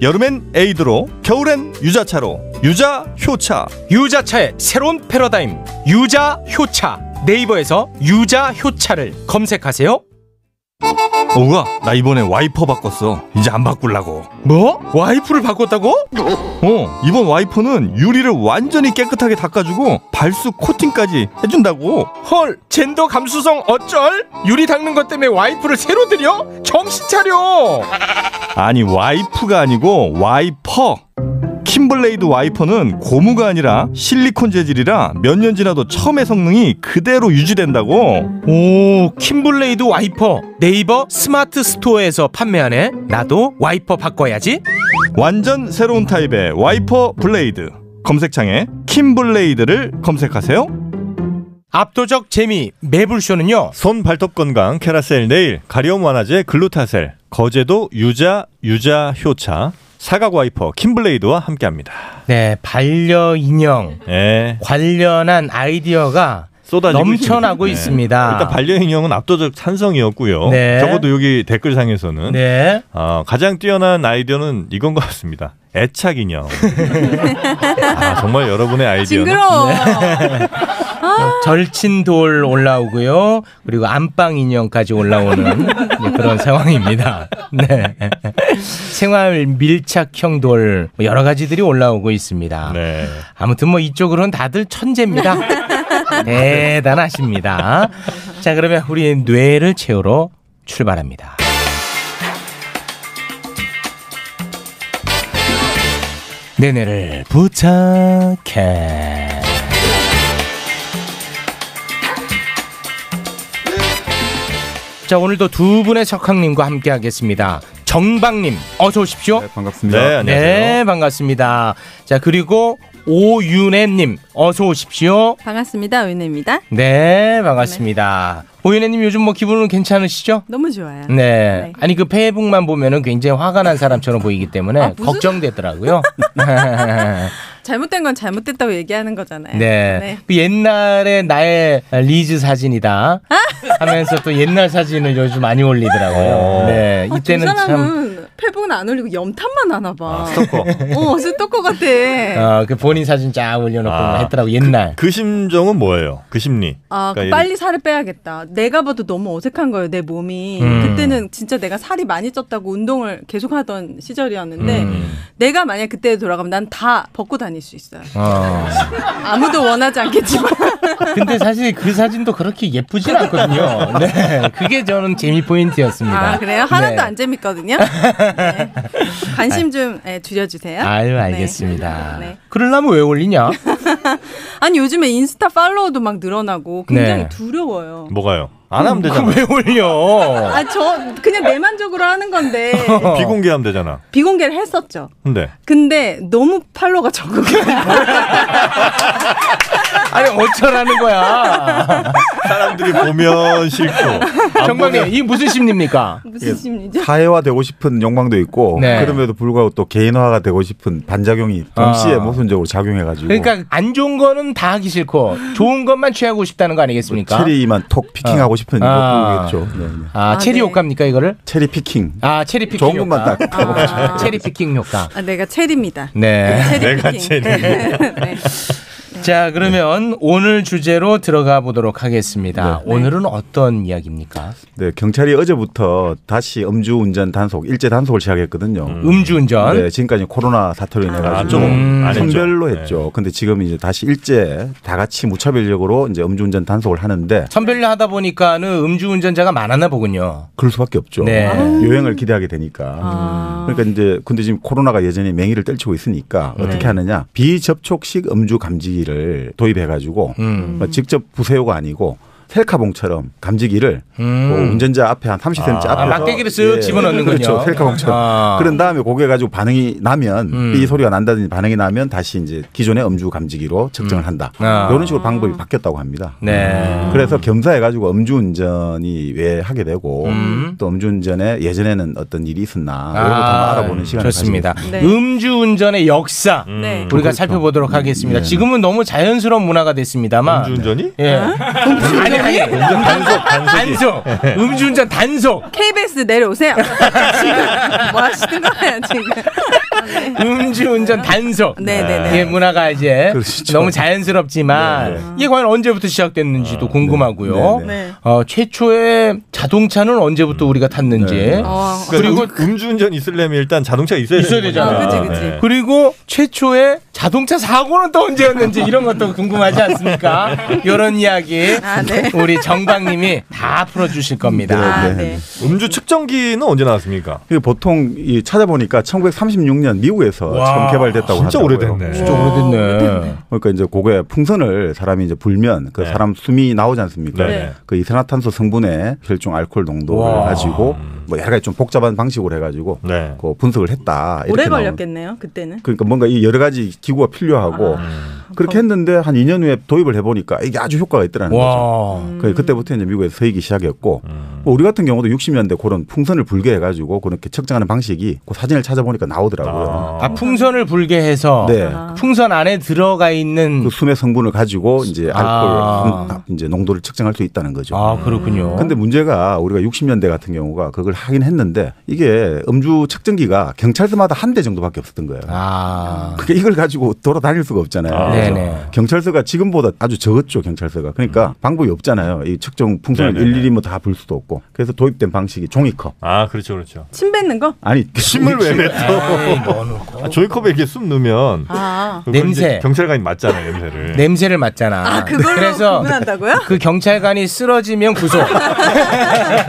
[SPEAKER 3] 여름엔 에이드로, 겨울엔 유자차로. 유자 효차.
[SPEAKER 4] 유자차의 새로운 패러다임 유자 효차 네이버에서 유자 효차를 검색하세요.
[SPEAKER 3] 우와, 나 이번에 와이퍼 바꿨어. 이제 안 바꾸려고.
[SPEAKER 4] 뭐? 와이프를 바꿨다고?
[SPEAKER 3] 어, 이번 와이퍼는 유리를 완전히 깨끗하게 닦아주고 발수 코팅까지 해준다고.
[SPEAKER 4] 헐, 젠더 감수성 어쩔? 유리 닦는 것 때문에 와이프를 새로 들여? 정신 차려.
[SPEAKER 3] 아니 와이프가 아니고 와이퍼 킴블레이드 와이퍼는 고무가 아니라 실리콘 재질이라 몇 년 지나도 처음의 성능이 그대로 유지된다고
[SPEAKER 4] 오 킴블레이드 와이퍼 네이버 스마트 스토어에서 판매하네. 나도 와이퍼 바꿔야지.
[SPEAKER 3] 완전 새로운 타입의 와이퍼 블레이드 검색창에 킴블레이드를 검색하세요
[SPEAKER 4] 압도적 재미 매불쇼는요
[SPEAKER 3] 손 발톱 건강 캐라셀 네일 가려움 완화제 글루타셀 거제도 유자 유자 효차 사각 와이퍼 킴블레이드와 함께합니다
[SPEAKER 4] 네, 반려인형
[SPEAKER 3] 예.
[SPEAKER 4] 관련한 아이디어가
[SPEAKER 3] 쏟아지고
[SPEAKER 4] 넘쳐나고
[SPEAKER 3] 네.
[SPEAKER 4] 있습니다.
[SPEAKER 3] 일단 반려인형은 압도적 찬성이었고요.
[SPEAKER 4] 네.
[SPEAKER 3] 적어도 여기 댓글상에서는
[SPEAKER 4] 네.
[SPEAKER 3] 아, 가장 뛰어난 아이디어는 이건 것 같습니다. 애착 인형.
[SPEAKER 4] *laughs*
[SPEAKER 3] 아, 정말 여러분의 아이디어는
[SPEAKER 5] 징그러워.
[SPEAKER 4] 절친돌 올라오고요. 그리고 안방 인형까지 올라오는 이제 그런 상황입니다. 네. 생활 밀착형 돌뭐 여러 가지들이 올라오고 있습니다.
[SPEAKER 3] 네.
[SPEAKER 4] 아무튼 뭐 이쪽으로는 다들 천재입니다. 대단하십니다. 자, 그러면 우리 뇌를 채우러 출발합니다. 내 뇌를 부탁해. 자 오늘도 두 분의 석학님과 함께하겠습니다. 정방님 어서 오십시오. 네,
[SPEAKER 6] 반갑습니다.
[SPEAKER 3] 네, 안녕하세요.
[SPEAKER 4] 반갑습니다. 자 그리고 오윤혜님 어서 오십시오.
[SPEAKER 5] *laughs* 반갑습니다. 은혜입니다.
[SPEAKER 4] 네 반갑습니다. 오윤혜님 요즘 뭐 기분은 괜찮으시죠?
[SPEAKER 5] 너무 좋아요.
[SPEAKER 4] 네. 아니 그 페이북만 보면은 굉장히 화가 난 사람처럼 보이기 때문에
[SPEAKER 5] 아, 무슨-
[SPEAKER 4] 걱정되더라고요.
[SPEAKER 5] 잘못된 건 잘못됐다고 얘기하는 거잖아요.
[SPEAKER 4] 네. 그 옛날에 나의 리즈 사진이다 하면서 또 옛날 사진을 요즘 많이
[SPEAKER 3] 어.
[SPEAKER 4] 올리더라고요. 네.
[SPEAKER 5] 이
[SPEAKER 4] 이때는 참
[SPEAKER 5] 사람은 페북은 아, 안 올리고 염탐만 하나 봐.
[SPEAKER 3] 아, 스토커.
[SPEAKER 5] 어, 스토커 같아. 음.
[SPEAKER 4] 어, 그 본인 사진 쫙 올려놓고
[SPEAKER 3] 아,
[SPEAKER 4] 했더라고 옛날.
[SPEAKER 3] 그, 그 심정은 뭐예요? 그 심리.
[SPEAKER 5] 아, 그
[SPEAKER 3] 그러니까
[SPEAKER 5] 빨리 살을 빼야겠다. 내가 봐도 너무 어색한 거예요, 내 몸이.
[SPEAKER 3] 음.
[SPEAKER 5] 그때는 진짜 내가 살이 많이
[SPEAKER 4] 음.
[SPEAKER 5] 쪘다고 운동을 계속 하던 시절이었는데, 내가 만약 그때 돌아가면 난 다 벗고 다닐 수 있어요.
[SPEAKER 4] 어.
[SPEAKER 5] 아무도 원하지
[SPEAKER 4] *laughs*
[SPEAKER 5] 않겠지만.
[SPEAKER 4] 근데 사실 그 사진도 그렇게 예쁘진 않거든요. 네, 그게 저는 재미 포인트였습니다.
[SPEAKER 5] 아 그래요? 하나도
[SPEAKER 4] 네.
[SPEAKER 5] 안
[SPEAKER 4] *laughs*
[SPEAKER 5] 재밌거든요. 네. 관심 좀 예, 줄여주세요.
[SPEAKER 4] 아유 알겠습니다.
[SPEAKER 5] 네.
[SPEAKER 4] 그러려면 왜 올리냐?
[SPEAKER 5] 아니 요즘에 인스타 팔로워도 막 늘어나고 굉장히
[SPEAKER 4] 네.
[SPEAKER 5] 두려워요.
[SPEAKER 3] 뭐가요? 안 하면 되잖아.
[SPEAKER 4] 왜 올려?
[SPEAKER 5] 아 저 그냥 내만적으로 하는
[SPEAKER 4] *laughs*
[SPEAKER 5] 건데
[SPEAKER 3] 비공개하면 되잖아.
[SPEAKER 5] 비공개를 했었죠.
[SPEAKER 3] 근데
[SPEAKER 5] 근데 너무 팔로워가 적은 거야.
[SPEAKER 4] 아니 어쩌라는
[SPEAKER 5] 아,
[SPEAKER 4] 거야?
[SPEAKER 3] 사람들이 보면 싫고.
[SPEAKER 4] 정광님 이 무슨 심리입니까?
[SPEAKER 5] 무슨 심리죠?
[SPEAKER 6] 사회화 되고 싶은 욕망도 있고
[SPEAKER 4] 네.
[SPEAKER 6] 그럼에도 불구하고 또 개인화가 되고 싶은 반작용이 동시에
[SPEAKER 4] 아.
[SPEAKER 6] 모순적으로 작용해가지고
[SPEAKER 4] 그러니까 안 좋은 거는 다 하기 싫고 좋은 것만 취하고 싶다는 거 아니겠습니까?
[SPEAKER 6] 체리만 톡 피킹하고 싶은
[SPEAKER 4] 아.
[SPEAKER 6] 욕구겠죠. 네, 네.
[SPEAKER 4] 아,
[SPEAKER 5] 아,
[SPEAKER 4] 체리
[SPEAKER 5] 네.
[SPEAKER 4] 효과입니까 이거를?
[SPEAKER 6] 체리 피킹.
[SPEAKER 4] 아 체리 피킹
[SPEAKER 6] 좋은 것만
[SPEAKER 4] 효과.
[SPEAKER 6] 딱
[SPEAKER 4] 아, 체리 피킹 효과.
[SPEAKER 5] 아, 내가 그 체리입니다.
[SPEAKER 4] 네.
[SPEAKER 5] 내가 체리. 네.
[SPEAKER 4] 자
[SPEAKER 6] 네.
[SPEAKER 4] 그러면 오늘 주제로 들어가 보도록 하겠습니다. 오늘은 어떤 이야기입니까?
[SPEAKER 6] 네, 경찰이 어제부터 다시 음주운전 단속, 일제 단속을 시작했거든요.
[SPEAKER 4] 음주운전?
[SPEAKER 6] 네, 지금까지 코로나 사태로 인해
[SPEAKER 4] 아,
[SPEAKER 6] 가지고
[SPEAKER 4] 좀 음. 안 했죠.
[SPEAKER 6] 선별로
[SPEAKER 3] 네. 아,
[SPEAKER 6] 했죠. 근데 지금 이제 다시 일제 다 같이 무차별적으로 이제 음주운전 단속을 하는데
[SPEAKER 4] 선별을 하다 보니까는 음주운전자가 많았나 보군요.
[SPEAKER 6] 그럴 수밖에 없죠.
[SPEAKER 4] 네. 아.
[SPEAKER 6] 요행을 기대하게 되니까. 그러니까 이제 근데 지금 코로나가 여전히 맹위를 떨치고 있으니까 어떻게
[SPEAKER 4] 네.
[SPEAKER 6] 하느냐? 비접촉식 음주 감지기를 도입해 가지고
[SPEAKER 4] 음.
[SPEAKER 6] 뭐 직접 부세요가 아니고 셀카봉처럼 감지기를
[SPEAKER 4] 음.
[SPEAKER 6] 뭐 운전자 앞에 한 30cm
[SPEAKER 4] 아,
[SPEAKER 6] 앞에
[SPEAKER 4] 막대기를 쓱 집어넣는군요.
[SPEAKER 6] 그렇죠. 셀카봉처럼.
[SPEAKER 4] 아.
[SPEAKER 6] 그런 다음에 고개 가지고 반응이 나면
[SPEAKER 4] 음.
[SPEAKER 6] 이 소리가 난다든지 반응이 나면 다시 이제 기존의 음주 감지기로 측정을 한다.
[SPEAKER 4] 아.
[SPEAKER 6] 이런 식으로 방법이 바뀌었다고 합니다.
[SPEAKER 4] 네.
[SPEAKER 6] 그래서 겸사해가지고 음주운전이 왜 하게 되고
[SPEAKER 4] 음.
[SPEAKER 6] 또 음주운전에 예전에는 어떤 일이 있었나 이런 것도 한번 알아보는 시간을
[SPEAKER 4] 아. 좋습니다.
[SPEAKER 6] 가지고
[SPEAKER 4] 네. 음주운전의 역사
[SPEAKER 6] 네.
[SPEAKER 4] 우리가 살펴보도록 하겠습니다. 지금은 너무 자연스러운 문화가 됐습니다만 음주운전이?
[SPEAKER 6] 네.
[SPEAKER 4] 예. 아니 아니 단속 단속
[SPEAKER 6] 네.
[SPEAKER 4] 음주운전 단속
[SPEAKER 5] KBS 내려오세요. *laughs* 지금 뭐 하시는 거예요 지금?
[SPEAKER 4] 네. 음주운전 단속
[SPEAKER 5] *laughs* 네, 네, 네.
[SPEAKER 4] 예, 문화가 이제 너무 자연스럽지만 이게 과연 언제부터 시작됐는지도 궁금하고요.
[SPEAKER 5] 네, 네. 네.
[SPEAKER 4] 어, 최초의 자동차는 언제부터 우리가 탔는지
[SPEAKER 5] 어.
[SPEAKER 4] 그리고
[SPEAKER 3] 그리고 그러니까 음주운전 있으려면 일단 자동차가 있어야,
[SPEAKER 4] 있어야
[SPEAKER 3] 되는
[SPEAKER 4] 되잖아.
[SPEAKER 3] 거잖아. 네.
[SPEAKER 4] 그리고 최초의 자동차 사고는 또 언제였는지 이런 것도 궁금하지
[SPEAKER 5] *laughs*
[SPEAKER 4] 않습니까? 이런 이야기
[SPEAKER 5] 아, 네.
[SPEAKER 4] 우리 정박님이 다 풀어주실 겁니다.
[SPEAKER 6] 네, 네. 아, 네.
[SPEAKER 3] 음주 측정기는 언제 나왔습니까?
[SPEAKER 6] 이게 그 보통 이 찾아보니까 1936년 미국에서
[SPEAKER 3] 와,
[SPEAKER 6] 처음 개발됐다고
[SPEAKER 3] 진짜
[SPEAKER 6] 하더라고요.
[SPEAKER 3] 오래됐네. 진짜 와, 오래됐네. 오래됐네.
[SPEAKER 6] 그러니까 이제 고게 풍선을 사람이 이제 불면 그 사람 숨이 나오지 않습니까?
[SPEAKER 3] 네.
[SPEAKER 6] 그 이산화탄소 성분의 혈중 알코올 농도를
[SPEAKER 3] 와. 네.
[SPEAKER 6] 가지고 뭐 여러 가지 좀 복잡한 방식으로 해가지고 그 분석을 했다. 이렇게
[SPEAKER 5] 오래
[SPEAKER 6] 나오는
[SPEAKER 5] 걸렸겠네요 그때는.
[SPEAKER 6] 그러니까 뭔가 이 여러 가지 기구가 필요하고
[SPEAKER 3] 음.
[SPEAKER 5] 음.
[SPEAKER 6] 그렇게 했는데 한 2년 후에 도입을 해보니까 이게 아주 효과가 있더라는
[SPEAKER 4] 거죠.
[SPEAKER 6] 그 그때부터 이제 미국에서 서이기 시작했고 뭐 우리 같은 경우도 60년대 그런 풍선을 불게 해가지고 그렇게 측정하는 방식이 그 사진을 찾아보니까 나오더라고요.
[SPEAKER 4] 아, 풍선을 불게
[SPEAKER 3] 아.
[SPEAKER 4] 해서
[SPEAKER 6] 네.
[SPEAKER 5] 아,
[SPEAKER 4] 풍선 안에 들어가 있는
[SPEAKER 6] 그 숨의 성분을 가지고 이제
[SPEAKER 4] 아.
[SPEAKER 6] 알코올 음, 이제 농도를 측정할 수 있다는 거죠.
[SPEAKER 4] 아 그렇군요.
[SPEAKER 6] 근데 문제가 우리가 60년대 같은 경우가 그걸 하긴 했는데 이게 음주 측정기가 경찰서마다 한 대 정도밖에 없었던 거예요.
[SPEAKER 4] 아.
[SPEAKER 5] 음.
[SPEAKER 6] 그게 이걸 가지고 돌아다닐 수가 없잖아요.
[SPEAKER 4] 아,
[SPEAKER 6] 그래서
[SPEAKER 4] 네네.
[SPEAKER 3] 그렇죠.
[SPEAKER 6] 경찰서가 지금보다 아주 적었죠, 경찰서가. 그러니까 방법이 없잖아요. 이 측정 풍선을
[SPEAKER 3] 음. 네네네.
[SPEAKER 6] 일일이 뭐 다 볼 수도 없고. 그래서 도입된 방식이 종이컵.
[SPEAKER 3] 아 그렇죠 그렇죠.
[SPEAKER 5] 침 뱉는 거?
[SPEAKER 6] 아니,
[SPEAKER 3] 침을 왜
[SPEAKER 4] 에이, 뭐
[SPEAKER 3] 뱉어? 아, 조이컵에 이렇게 숨 넣으면
[SPEAKER 5] 아.
[SPEAKER 3] 그걸 이제
[SPEAKER 4] 냄새.
[SPEAKER 3] 경찰관이 맞잖아 냄새를.
[SPEAKER 6] 네.
[SPEAKER 4] 냄새를 맡잖아.
[SPEAKER 5] 아 그걸로
[SPEAKER 4] *laughs* 그래서
[SPEAKER 5] 구분한다고요?
[SPEAKER 4] 그 경찰관이 쓰러지면 구속.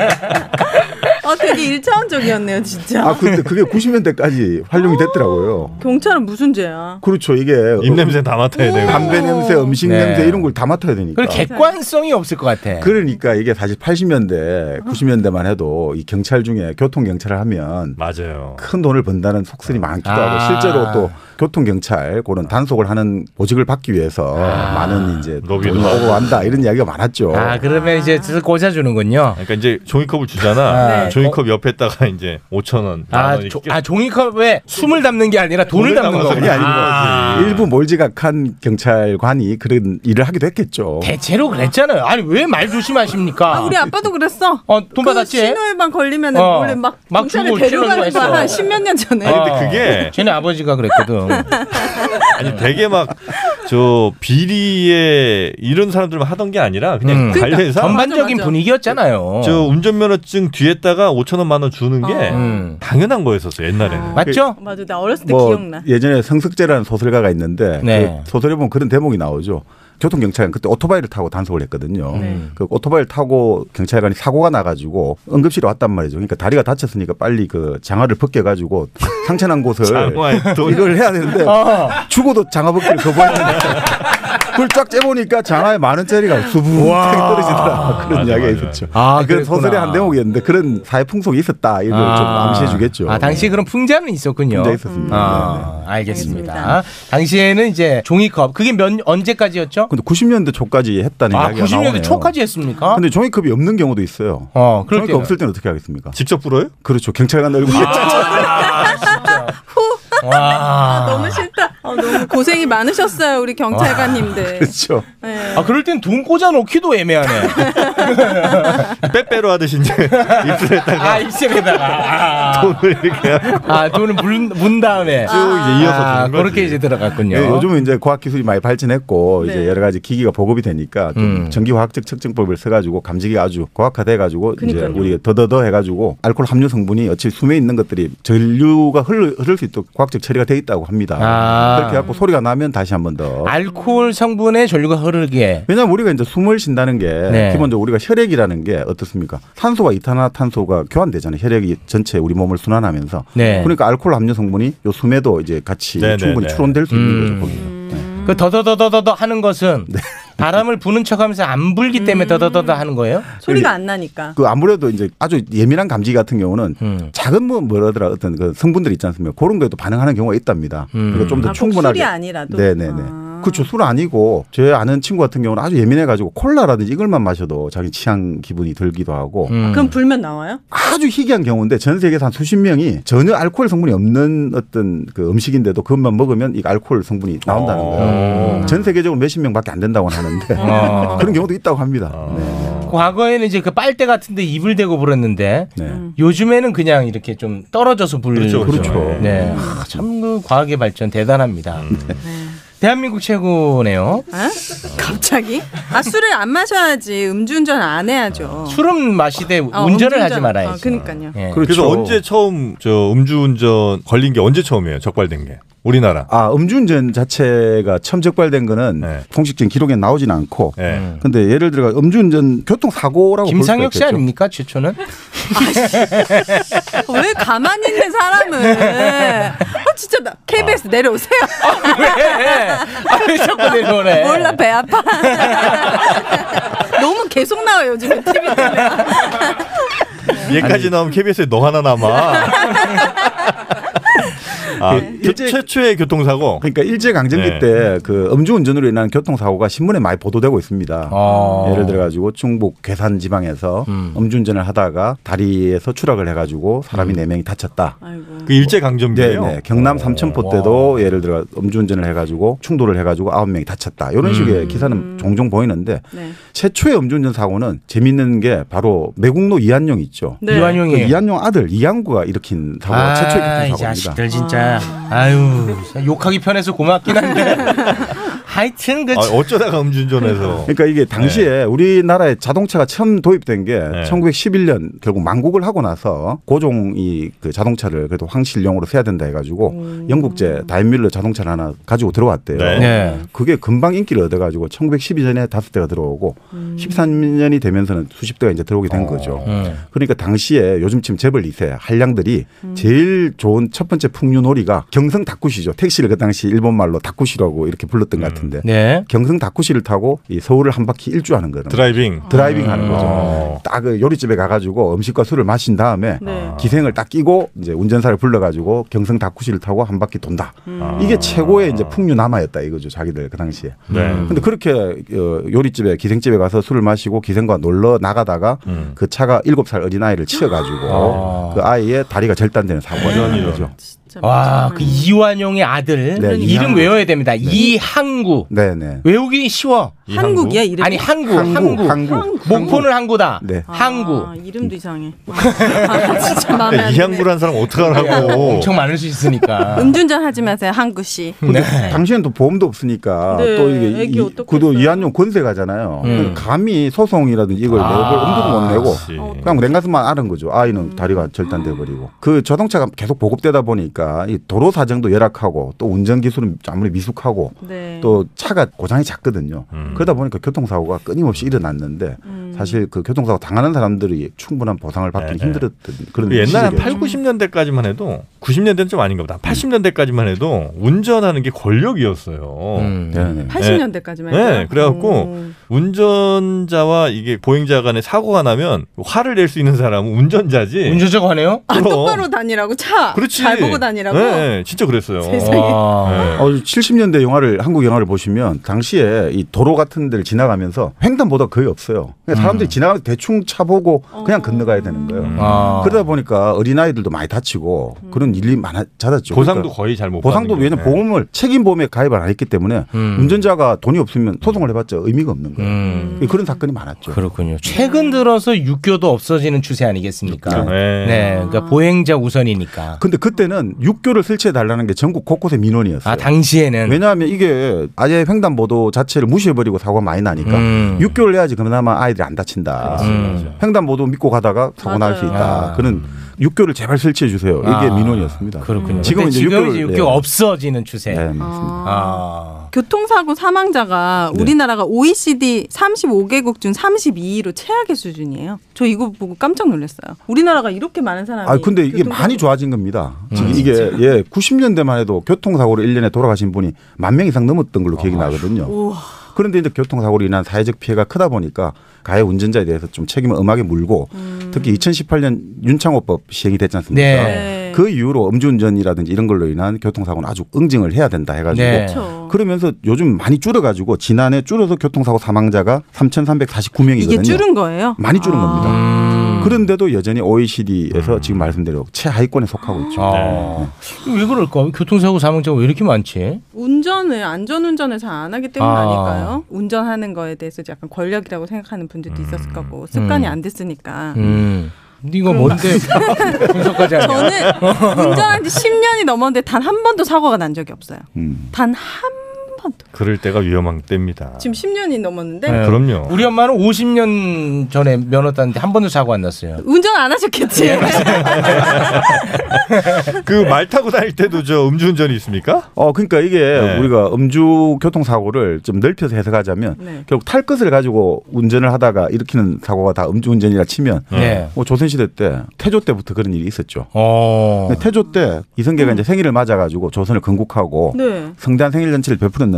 [SPEAKER 5] 아 되게 일차원적이었네요 진짜.
[SPEAKER 6] *laughs* 아, 근데 그게
[SPEAKER 3] 아.
[SPEAKER 6] 90년대까지 활용이 됐더라고요.
[SPEAKER 5] 경찰은 무슨 죄야?
[SPEAKER 6] 그렇죠. 이게
[SPEAKER 3] 입냄새 다 맡아야 되고.
[SPEAKER 6] 담배 냄새, 음식
[SPEAKER 3] 네.
[SPEAKER 6] 냄새 이런 걸 다 맡아야 되니까.
[SPEAKER 4] 그리고 객관성이 없을 것 같아.
[SPEAKER 6] 그러니까 이게 사실 80년대, 90년대만 해도 이 경찰 중에 교통 경찰을 하면
[SPEAKER 3] 맞아요.
[SPEAKER 6] 큰 돈을 번다는 속설이 많기도
[SPEAKER 3] 아.
[SPEAKER 6] 하고 실제로 또 교통 경찰 그런 단속을 하는 보직을 받기 위해서 많은 이제 돈이
[SPEAKER 3] 하고.
[SPEAKER 6] 오고 간다 이런 이야기가 많았죠.
[SPEAKER 4] 아 그러면 이제 슬슬 꽂아주는군요.
[SPEAKER 3] 그러니까 이제 종이컵을 주잖아.
[SPEAKER 4] 네.
[SPEAKER 3] 종이컵 옆에다가 이제 5천 원.
[SPEAKER 4] 아, 조- 아, 종이컵에 숨을 담는 게 아니라 돈을 담는
[SPEAKER 6] 이
[SPEAKER 4] 거군요.
[SPEAKER 6] 아닌 거지. 일부 몰지각한 경찰관이 그런 일을 하기도 했겠죠.
[SPEAKER 4] 대체로 그랬잖아요. 아니 왜 말 조심하십니까?
[SPEAKER 5] 우리 아빠도 그랬어.
[SPEAKER 4] 돈
[SPEAKER 5] 그
[SPEAKER 4] 받았지?
[SPEAKER 5] 신호에만 걸리면 은
[SPEAKER 4] 어.
[SPEAKER 5] 원래 막
[SPEAKER 4] 막
[SPEAKER 5] 경찰을
[SPEAKER 4] 주고
[SPEAKER 5] 데려가는
[SPEAKER 4] 치려고 했어.
[SPEAKER 5] 거야.
[SPEAKER 4] 아,
[SPEAKER 5] 십몇 년 전에. *laughs*
[SPEAKER 4] 쟤네 아버지가 그랬거든.
[SPEAKER 3] 아니 되게 막
[SPEAKER 12] 저 비리에 이런 사람들만 하던 게 아니라 그냥
[SPEAKER 4] 음.
[SPEAKER 12] 관례상
[SPEAKER 4] 전반적인 분위기였잖아요.
[SPEAKER 12] 저 운전면허증 뒤에다가 5천원만 원 주는 게
[SPEAKER 5] 아.
[SPEAKER 4] 음.
[SPEAKER 12] 당연한 거였었어요 옛날에는
[SPEAKER 5] 맞아, 나 어렸을
[SPEAKER 4] 네,
[SPEAKER 5] 때
[SPEAKER 6] 뭐
[SPEAKER 5] 기억나.
[SPEAKER 6] 예전에 성석재라는 소설가가 있는데
[SPEAKER 12] 네.
[SPEAKER 6] 그 소설에 보면 그런 대목이 나오죠. 교통 경찰관 그때 오토바이를 타고 단속을 했거든요.
[SPEAKER 4] 네.
[SPEAKER 6] 그 오토바이를 타고 경찰관이 사고가 나가지고 응급실에 왔단 말이죠. 그러니까 다리가 다쳤으니까 빨리 그 장화를 벗겨가지고
[SPEAKER 4] *laughs*
[SPEAKER 6] 상처난 곳을
[SPEAKER 12] 장화에 또-
[SPEAKER 6] 이걸 해야 되는데
[SPEAKER 12] 어.
[SPEAKER 6] 죽어도 장화 벗기를 거부했는데 그걸 쫙 재보니까 장화에 만 원짜리가 수북하게 떨어지더라 그런
[SPEAKER 4] 맞아, 맞아.
[SPEAKER 6] 이야기가 있었죠.
[SPEAKER 4] 아,
[SPEAKER 6] 그
[SPEAKER 4] 그랬구나.
[SPEAKER 6] 소설의 한 대목이었는데 그런 사회 풍속이 있었다 이걸 좀
[SPEAKER 4] 아.
[SPEAKER 6] 암시해주겠죠. 네.
[SPEAKER 4] 아, 당시 에 그런 풍자는 있었군요.
[SPEAKER 6] 풍자 있었습니다. 네.
[SPEAKER 4] 아, 알겠습니다. 당시에는 이제 종이컵 그게 몇 언제까지였죠?
[SPEAKER 6] 근데 90년대 초까지 했다는
[SPEAKER 4] 아,
[SPEAKER 6] 이야기가
[SPEAKER 4] 90년대
[SPEAKER 6] 나오네요.
[SPEAKER 4] 초까지 했습니까?
[SPEAKER 6] 근데 종이컵이 없는 경우도 있어요.
[SPEAKER 4] 어, 그럴
[SPEAKER 6] 종이컵
[SPEAKER 4] 때는.
[SPEAKER 6] 없을 때는 어떻게 하겠습니까?
[SPEAKER 12] 직접 불어요?
[SPEAKER 6] 그렇죠.
[SPEAKER 4] *laughs*
[SPEAKER 6] 경찰관 얼굴에.
[SPEAKER 5] 아, 너무 싫다. 어, 너무 고생이 많으셨어요, 우리 경찰관님들.
[SPEAKER 6] 그렇죠.
[SPEAKER 5] 네.
[SPEAKER 4] 아, 그럴 땐 돈 꽂아 넣기도 애매하네.
[SPEAKER 6] *laughs*
[SPEAKER 12] 빼빼로 하듯이 이제 *laughs* 입술에다가
[SPEAKER 4] 아, 입술에다가 아.
[SPEAKER 12] 돈을 이렇게
[SPEAKER 4] 아, 돈을 문, 문 다음에
[SPEAKER 6] 쭉 이제 이어서
[SPEAKER 4] 아,
[SPEAKER 6] 주는 거지.
[SPEAKER 4] 그렇게 이제 들어갔군요.
[SPEAKER 6] 예, 요즘은 이제 과학 기술이 많이 발전했고
[SPEAKER 5] 네.
[SPEAKER 6] 이제 여러 가지 기기가 보급이 되니까 좀
[SPEAKER 4] 음.
[SPEAKER 6] 전기화학적 측정법을 써가지고 감지기가 아주 고학화돼가지고 이제
[SPEAKER 5] 그러니까요.
[SPEAKER 6] 우리 더더더 해가지고 알코올 함유 성분이 어차피 숨에 있는 것들이 전류가 흐를, 흐를 수 있도록 과학적 처리가 돼 있다고 합니다.
[SPEAKER 4] 아.
[SPEAKER 6] 그렇게 해갖고 소리가 나면 다시 한 번 더.
[SPEAKER 4] 알코올 성분의 전류가 흐르게.
[SPEAKER 6] 왜냐면 우리가 이제 숨을 쉰다는 게
[SPEAKER 4] 네.
[SPEAKER 6] 기본적으로 우리가 혈액이라는 게 어떻습니까? 탄소와 이산화탄소가 교환되잖아요. 혈액이 전체 우리 몸을 순환하면서.
[SPEAKER 4] 네.
[SPEAKER 6] 그러니까 알코올 함유 성분이 요 숨에도 이제 같이
[SPEAKER 4] 네, 네,
[SPEAKER 6] 충분히
[SPEAKER 4] 네.
[SPEAKER 6] 추론될 수 있는 거죠. 네. 거기.
[SPEAKER 4] 그 더더더더더더 하는 것은
[SPEAKER 6] 네.
[SPEAKER 4] 바람을 부는 척하면서 안 불기 때문에 더더더더 하는 거예요?
[SPEAKER 5] 소리가 안 나니까.
[SPEAKER 6] 그 아무래도 이제 아주 예민한 감지 같은 경우는
[SPEAKER 4] 음.
[SPEAKER 6] 작은 뭐 뭐라더라 어떤 그 성분들 있지 않습니까? 그런 거에도 반응하는 경우가 있답니다.
[SPEAKER 4] 음.
[SPEAKER 6] 그러니까 좀 더
[SPEAKER 5] 아, 꼭
[SPEAKER 6] 충분하게.
[SPEAKER 5] 술이 아니라도?
[SPEAKER 6] 네네네. 그렇죠. 술 아니고 제 아는 친구 같은 경우는 아주 예민해가지고 콜라라든지 이걸만 마셔도 자기 취향 기분이 들기도 하고.
[SPEAKER 5] 그럼 불면 나와요?
[SPEAKER 6] 아주 희귀한 경우인데 전 세계에서 한 수십 명이 전혀 알코올 성분이 없는 어떤 그 음식인데도 그것만 먹으면 이 알코올 성분이 나온다는
[SPEAKER 4] 음.
[SPEAKER 6] 거예요. 전 세계적으로 몇십 명밖에 안 된다고 하는데
[SPEAKER 4] 어.
[SPEAKER 6] *laughs* 그런 경우도 있다고 합니다.
[SPEAKER 4] 아.
[SPEAKER 6] 네.
[SPEAKER 4] 과거에는 이제 그 빨대 같은데 입을 대고 불었는데
[SPEAKER 5] 음.
[SPEAKER 4] 요즘에는 그냥 이렇게 좀 떨어져서 불는
[SPEAKER 6] 네. 그렇죠, 그렇죠.
[SPEAKER 4] 네, 아, 참그 과학의 발전 대단합니다.
[SPEAKER 6] 음.
[SPEAKER 4] 음.
[SPEAKER 5] 네.
[SPEAKER 4] 대한민국 최고네요.
[SPEAKER 5] 아? 갑자기? 아, 술을 안 마셔야지. 음주운전 안 해야죠.
[SPEAKER 4] 술은 마시되
[SPEAKER 5] 어,
[SPEAKER 4] 운전을 하지 예.
[SPEAKER 5] 음주운전.
[SPEAKER 4] 말아야지.
[SPEAKER 5] 어, 그니까요.
[SPEAKER 12] 그래서
[SPEAKER 6] 그렇죠.
[SPEAKER 4] 그렇죠.
[SPEAKER 12] 언제 처음 저 음주운전 걸린 게 언제 처음이에요? 적발된 게 우리나라.
[SPEAKER 6] 아 음주운전 자체가 처음 적발된 거는
[SPEAKER 4] 네.
[SPEAKER 6] 공식적인 기록에 나오진 않고
[SPEAKER 4] 음.
[SPEAKER 6] 근데 예를 들어 음주운전 교통사고라고
[SPEAKER 4] 김상혁 씨
[SPEAKER 6] 볼 수가 있겠죠.
[SPEAKER 5] *laughs*
[SPEAKER 4] 아닙니까 최초는?
[SPEAKER 5] 어, 왜 가만히 있는 사람을. 어, 진짜 나, KBS 내려오세요.
[SPEAKER 4] 왜 자꾸 어, 내려오래?
[SPEAKER 5] *laughs* 몰라, 배 아파. 너무 계속 나와요, 요즘에 TV 때문에.
[SPEAKER 12] 얘까지 나오면 KBS에 너 하나
[SPEAKER 6] *laughs*
[SPEAKER 12] 남아.
[SPEAKER 6] 예,
[SPEAKER 12] 아, 교- 최초의 교통사고.
[SPEAKER 6] 그러니까 일제 강점기
[SPEAKER 12] 네.
[SPEAKER 6] 때 그 음주운전으로 인한 교통사고가 신문에 많이 보도되고 있습니다.
[SPEAKER 12] 아.
[SPEAKER 6] 예를 들어 가지고 충북 괴산 지방에서 음. 주운전을 하다가 다리에서 추락을 해 가지고 사람이 네 명이 다쳤다.
[SPEAKER 12] 음. 그 일제 강점기예요.
[SPEAKER 6] 네, 네. 경남 삼천포 때도 예를 들어 음주운전을 해가지고 충돌을 해가지고 아홉 명이 다쳤다.
[SPEAKER 12] 음.
[SPEAKER 6] 이런 식의 기사는 종종 보이는데
[SPEAKER 5] 네.
[SPEAKER 6] 최초의 음주운전 사고는 재밌는 게 바로 매국노 이한용 있죠.
[SPEAKER 4] 네. 이한용이에요.
[SPEAKER 6] 그 이한용 아들 이양구가 일으킨 사고가
[SPEAKER 4] 아,
[SPEAKER 6] 최초의 교통사고입니다.
[SPEAKER 4] 이 자식들 진짜. 아유, 진짜 욕하기 편해서
[SPEAKER 5] *laughs*
[SPEAKER 4] 고맙긴 한데. 하여튼
[SPEAKER 6] 아,
[SPEAKER 4] 그
[SPEAKER 12] 아,
[SPEAKER 6] 어.
[SPEAKER 12] 음주운전해서.
[SPEAKER 6] 그러니까 이게 당시에 우리나라에 자동차가 처음 도입된 게
[SPEAKER 12] 네.
[SPEAKER 6] 1911년 결국 만국을 하고 나서 고종이 그 자동차를 그래도 황실용으로 세야 된다 해가지고 영국제 다임밀러 자동차를 하나 가지고 들어왔대요.
[SPEAKER 12] 네. 네.
[SPEAKER 6] 그게 금방 인기를 얻어가지고 1912년에 다섯 대가 들어오고 13년이 되면서는 수십 대가 이제 들어오게 된 거죠.
[SPEAKER 4] 음.
[SPEAKER 6] 그러니까 당시에 요즘 지금 재벌 2세 한량들이 제일 좋은 첫 번째 풍류놀이가 경성 다쿠시죠. 택시를 그 당시 일본 말로 다쿠시라고 이렇게 불렀던
[SPEAKER 12] 음.
[SPEAKER 6] 것 같은데
[SPEAKER 4] 네.
[SPEAKER 6] 경성 다쿠시를 타고 이 서울을 한 바퀴 일주하는 거는
[SPEAKER 12] 드라이빙
[SPEAKER 6] 드라이빙 하는 거죠. 딱 그 요리집에 가가지고 음식과 술을 마신 다음에
[SPEAKER 12] 네.
[SPEAKER 6] 기생을 딱 끼고 이제 운전사를 불러가지고 경성 다쿠시를 타고 한 바퀴 돈다. 이게 최고의 이제 풍류 남아였다 이거죠 자기들 그 당시에.
[SPEAKER 3] 음.
[SPEAKER 12] 네.
[SPEAKER 6] 근데 그렇게 어, 요리집에 기생집에 가서 술을 마시고 기생과 놀러 나가다가 그 차가 일곱 살 어린 아이를 치여가지고 그 아이의 다리가 절단되는 사고가 일어난 거죠.
[SPEAKER 5] 참.
[SPEAKER 4] 와, 그 이완용의 아들
[SPEAKER 6] 네,
[SPEAKER 4] 이름
[SPEAKER 6] 이항구.
[SPEAKER 4] 외워야 됩니다. 이항구.
[SPEAKER 6] 네네.
[SPEAKER 4] 외우기 쉬워.
[SPEAKER 5] 한국이야, 이름이?
[SPEAKER 4] 아니 항구,
[SPEAKER 5] 항구,
[SPEAKER 4] 항구,
[SPEAKER 5] 항구.
[SPEAKER 4] 목포는 항구다.
[SPEAKER 6] 네.
[SPEAKER 4] 항구.
[SPEAKER 5] 아, 이름도 이상해. *laughs* 아, 진짜 마음에 안 드네.
[SPEAKER 12] 이항구란 사람
[SPEAKER 3] 아,
[SPEAKER 12] 어떡하라고.
[SPEAKER 4] 아, 엄청 많을 수 있으니까.
[SPEAKER 5] *laughs* 음주운전 하지 마세요, 한구 씨.
[SPEAKER 6] 근데 당시엔 또 보험도 없으니까
[SPEAKER 5] 네,
[SPEAKER 6] 또 이게
[SPEAKER 5] 애기
[SPEAKER 6] 이,
[SPEAKER 5] 어떡했어요?
[SPEAKER 6] 그도 이한용 권세가잖아요.
[SPEAKER 4] 음.
[SPEAKER 6] 감히 소송이라든지 이걸
[SPEAKER 4] 아,
[SPEAKER 6] 내볼 엄두도 못 내고
[SPEAKER 3] 네.
[SPEAKER 4] 그치.
[SPEAKER 6] 그냥 냉가슴만 아는 거죠. 아이는 다리가 절단돼 버리고 그 자동차가 계속 보급되다 보니까 이 도로 사정도 열악하고 또 운전 기술은 아무리 미숙하고
[SPEAKER 5] 네.
[SPEAKER 6] 또 차가 고장이 작거든요. 그러다 보니까 교통사고가 끊임없이 일어났는데
[SPEAKER 5] 음.
[SPEAKER 6] 사실 그 교통사고 당하는 사람들이 충분한 보상을 받기 는 힘들었던 그런
[SPEAKER 12] 옛날에
[SPEAKER 6] 시기였죠.
[SPEAKER 12] 8, 90년대까지만 해도 90년대는 좀 아닌가 보다. 80년대까지만 해도 운전하는 게 권력이었어요.
[SPEAKER 4] 음.
[SPEAKER 6] 네.
[SPEAKER 5] 80년대까지만
[SPEAKER 12] 네.
[SPEAKER 5] 해도요? 음.
[SPEAKER 12] 그래갖고 운전자와 이게 보행자 간에 사고가 나면 화를 낼 수 있는 사람은
[SPEAKER 3] 네.
[SPEAKER 12] 운전자지.
[SPEAKER 4] 운전자가 화내요?
[SPEAKER 5] 아, 똑바로 다니라고 차.
[SPEAKER 12] 그렇지.
[SPEAKER 5] 아, 잘 보고 다니라고.
[SPEAKER 12] 네, 진짜 그랬어요.
[SPEAKER 5] *laughs*
[SPEAKER 12] 네.
[SPEAKER 5] 세상에.
[SPEAKER 4] 아.
[SPEAKER 6] 어, 70년대 영화를 한국 영화를 보시면 당시에 이 도로 같은 데를 지나가면서 횡단보도 거의 없어요. 그냥 사람들이
[SPEAKER 12] 음.
[SPEAKER 6] 지나가면서 대충 차 보고 그냥 건너가야 되는 거예요.
[SPEAKER 12] 아.
[SPEAKER 6] 네. 그러다 보니까 어린 아이들도 많이 다치고 그런 일이 많아졌죠. 그러니까
[SPEAKER 12] 보상도 거의 잘못
[SPEAKER 6] 보상도
[SPEAKER 12] 받는 게.
[SPEAKER 6] 왜냐 면
[SPEAKER 12] 네. 음.
[SPEAKER 6] 보험을 책임 보험에 가입을 안 했기 때문에 운전자가 돈이 없으면 소송을 해봤자 의미가 없는 거예요.
[SPEAKER 12] 음.
[SPEAKER 6] 그런 사건이 많았죠.
[SPEAKER 4] 음. 그렇군요. 최근 들어서 육교도 없어지는 추세 아니겠습니까?
[SPEAKER 6] 육교.
[SPEAKER 4] 네. 그러니까 보행자 우선이니까. 아,
[SPEAKER 6] 근데 그때는 육교를 설치해 달라는 게 전국 곳곳의 민원이었어요.
[SPEAKER 4] 아, 당시에는
[SPEAKER 6] 그렇죠. 왜냐하면 이게 아예 횡단보도 자체를 무시해버리고 사고가 많이 나니까
[SPEAKER 4] 음.
[SPEAKER 6] 육교를 해야지 그나마 아이들이 안 다친다.
[SPEAKER 4] 음.
[SPEAKER 6] 횡단보도 믿고 가다가 사고 날 수 있다.
[SPEAKER 4] 아.
[SPEAKER 6] 그런 육교를 제발 설치해 주세요. 이게
[SPEAKER 4] 아,
[SPEAKER 6] 민원이었습니다.
[SPEAKER 4] 그렇군요.
[SPEAKER 6] 지금
[SPEAKER 4] 근데
[SPEAKER 6] 이제
[SPEAKER 4] 지금
[SPEAKER 6] 육교를
[SPEAKER 4] 이제 육교가
[SPEAKER 6] 네.
[SPEAKER 4] 없어지는 추세.
[SPEAKER 6] 네,
[SPEAKER 4] 아.
[SPEAKER 5] 교통사고 사망자가
[SPEAKER 6] 네.
[SPEAKER 5] 우리나라가 OECD 35개국 중 32위로 최악의 수준이에요. 저 이거 보고 깜짝 놀랐어요. 우리나라가 이렇게 많은 사람이
[SPEAKER 6] 아 근데 이게
[SPEAKER 5] 교통사고-
[SPEAKER 6] 많이 좋아진 겁니다.
[SPEAKER 4] 음.
[SPEAKER 6] 지금 이게 예 90년대만 해도 교통사고로 1년에 돌아가신 분이 만 명 이상 넘었던 걸로
[SPEAKER 4] 아,
[SPEAKER 6] 기억이 나거든요.
[SPEAKER 5] 우와.
[SPEAKER 6] 그런데 이제 교통사고로 인한 사회적 피해가 크다 보니까 가해 운전자에 대해서 좀 책임을 엄하게 물고
[SPEAKER 5] 음.
[SPEAKER 6] 특히 2018년 윤창호법 시행이 됐지 않습니까?
[SPEAKER 4] 네.
[SPEAKER 6] 그 이후로 음주운전이라든지 이런 걸로 인한 교통사고는 아주 응징을 해야 된다 해가지고
[SPEAKER 4] 네. 그렇죠.
[SPEAKER 6] 그러면서 요즘 많이 줄어가지고 지난해 줄어서 교통사고 사망자가 3,349명이거든요.
[SPEAKER 5] 이게 아. 줄은 거예요?
[SPEAKER 6] 많이 줄은
[SPEAKER 4] 음.
[SPEAKER 6] 겁니다. 그런데도 여전히 OECD에서 지금 말씀대로 최하위권에 속하고 있죠.
[SPEAKER 4] 아.
[SPEAKER 6] 아.
[SPEAKER 4] 네. 왜 그럴까? 교통사고 사망자가 왜 이렇게 많지?
[SPEAKER 5] 운전을 안전 운전을 잘 안 하기 때문
[SPEAKER 4] 아.
[SPEAKER 5] 아닐까요? 운전하는 거에 대해서 약간 권력이라고 생각하는 분들도 있었을 거고 습관이
[SPEAKER 4] 음.
[SPEAKER 5] 안 됐으니까.
[SPEAKER 4] 음. 네가 뭔데 *laughs* 분석까지 하냐?
[SPEAKER 5] 저는 운전한 지 10년이 넘었는데 단 한 번도 사고가 난 적이 없어요. 단 한
[SPEAKER 12] 그럴 때가 위험한 때입니다.
[SPEAKER 5] 지금 10년이 넘었는데
[SPEAKER 4] 네.
[SPEAKER 12] 그럼요.
[SPEAKER 4] 우리 엄마는 50년 전에 면허 땄는데 한 번도 사고 안 났어요.
[SPEAKER 5] 운전 안
[SPEAKER 4] 네,
[SPEAKER 5] 하셨겠지.
[SPEAKER 12] 그 말 타고 다닐 때도 저 음주운전이 있습니까?
[SPEAKER 6] 어, 그러니까 이게 우리가 음주 교통사고를 좀 넓혀서 해석하자면
[SPEAKER 12] 네.
[SPEAKER 6] 결국 탈 것을 가지고 운전을 하다가 일으키는 사고가 다 음주운전이라 치면
[SPEAKER 4] 네.
[SPEAKER 6] 뭐 조선시대 때 태조 때부터 그런 일이 있었죠.
[SPEAKER 4] 어.
[SPEAKER 6] 근데 태조 때 이성계가 이제 생일을 맞아가지고 조선을 건국하고
[SPEAKER 2] 네.
[SPEAKER 6] 성대한 생일 잔치를 베풀었는데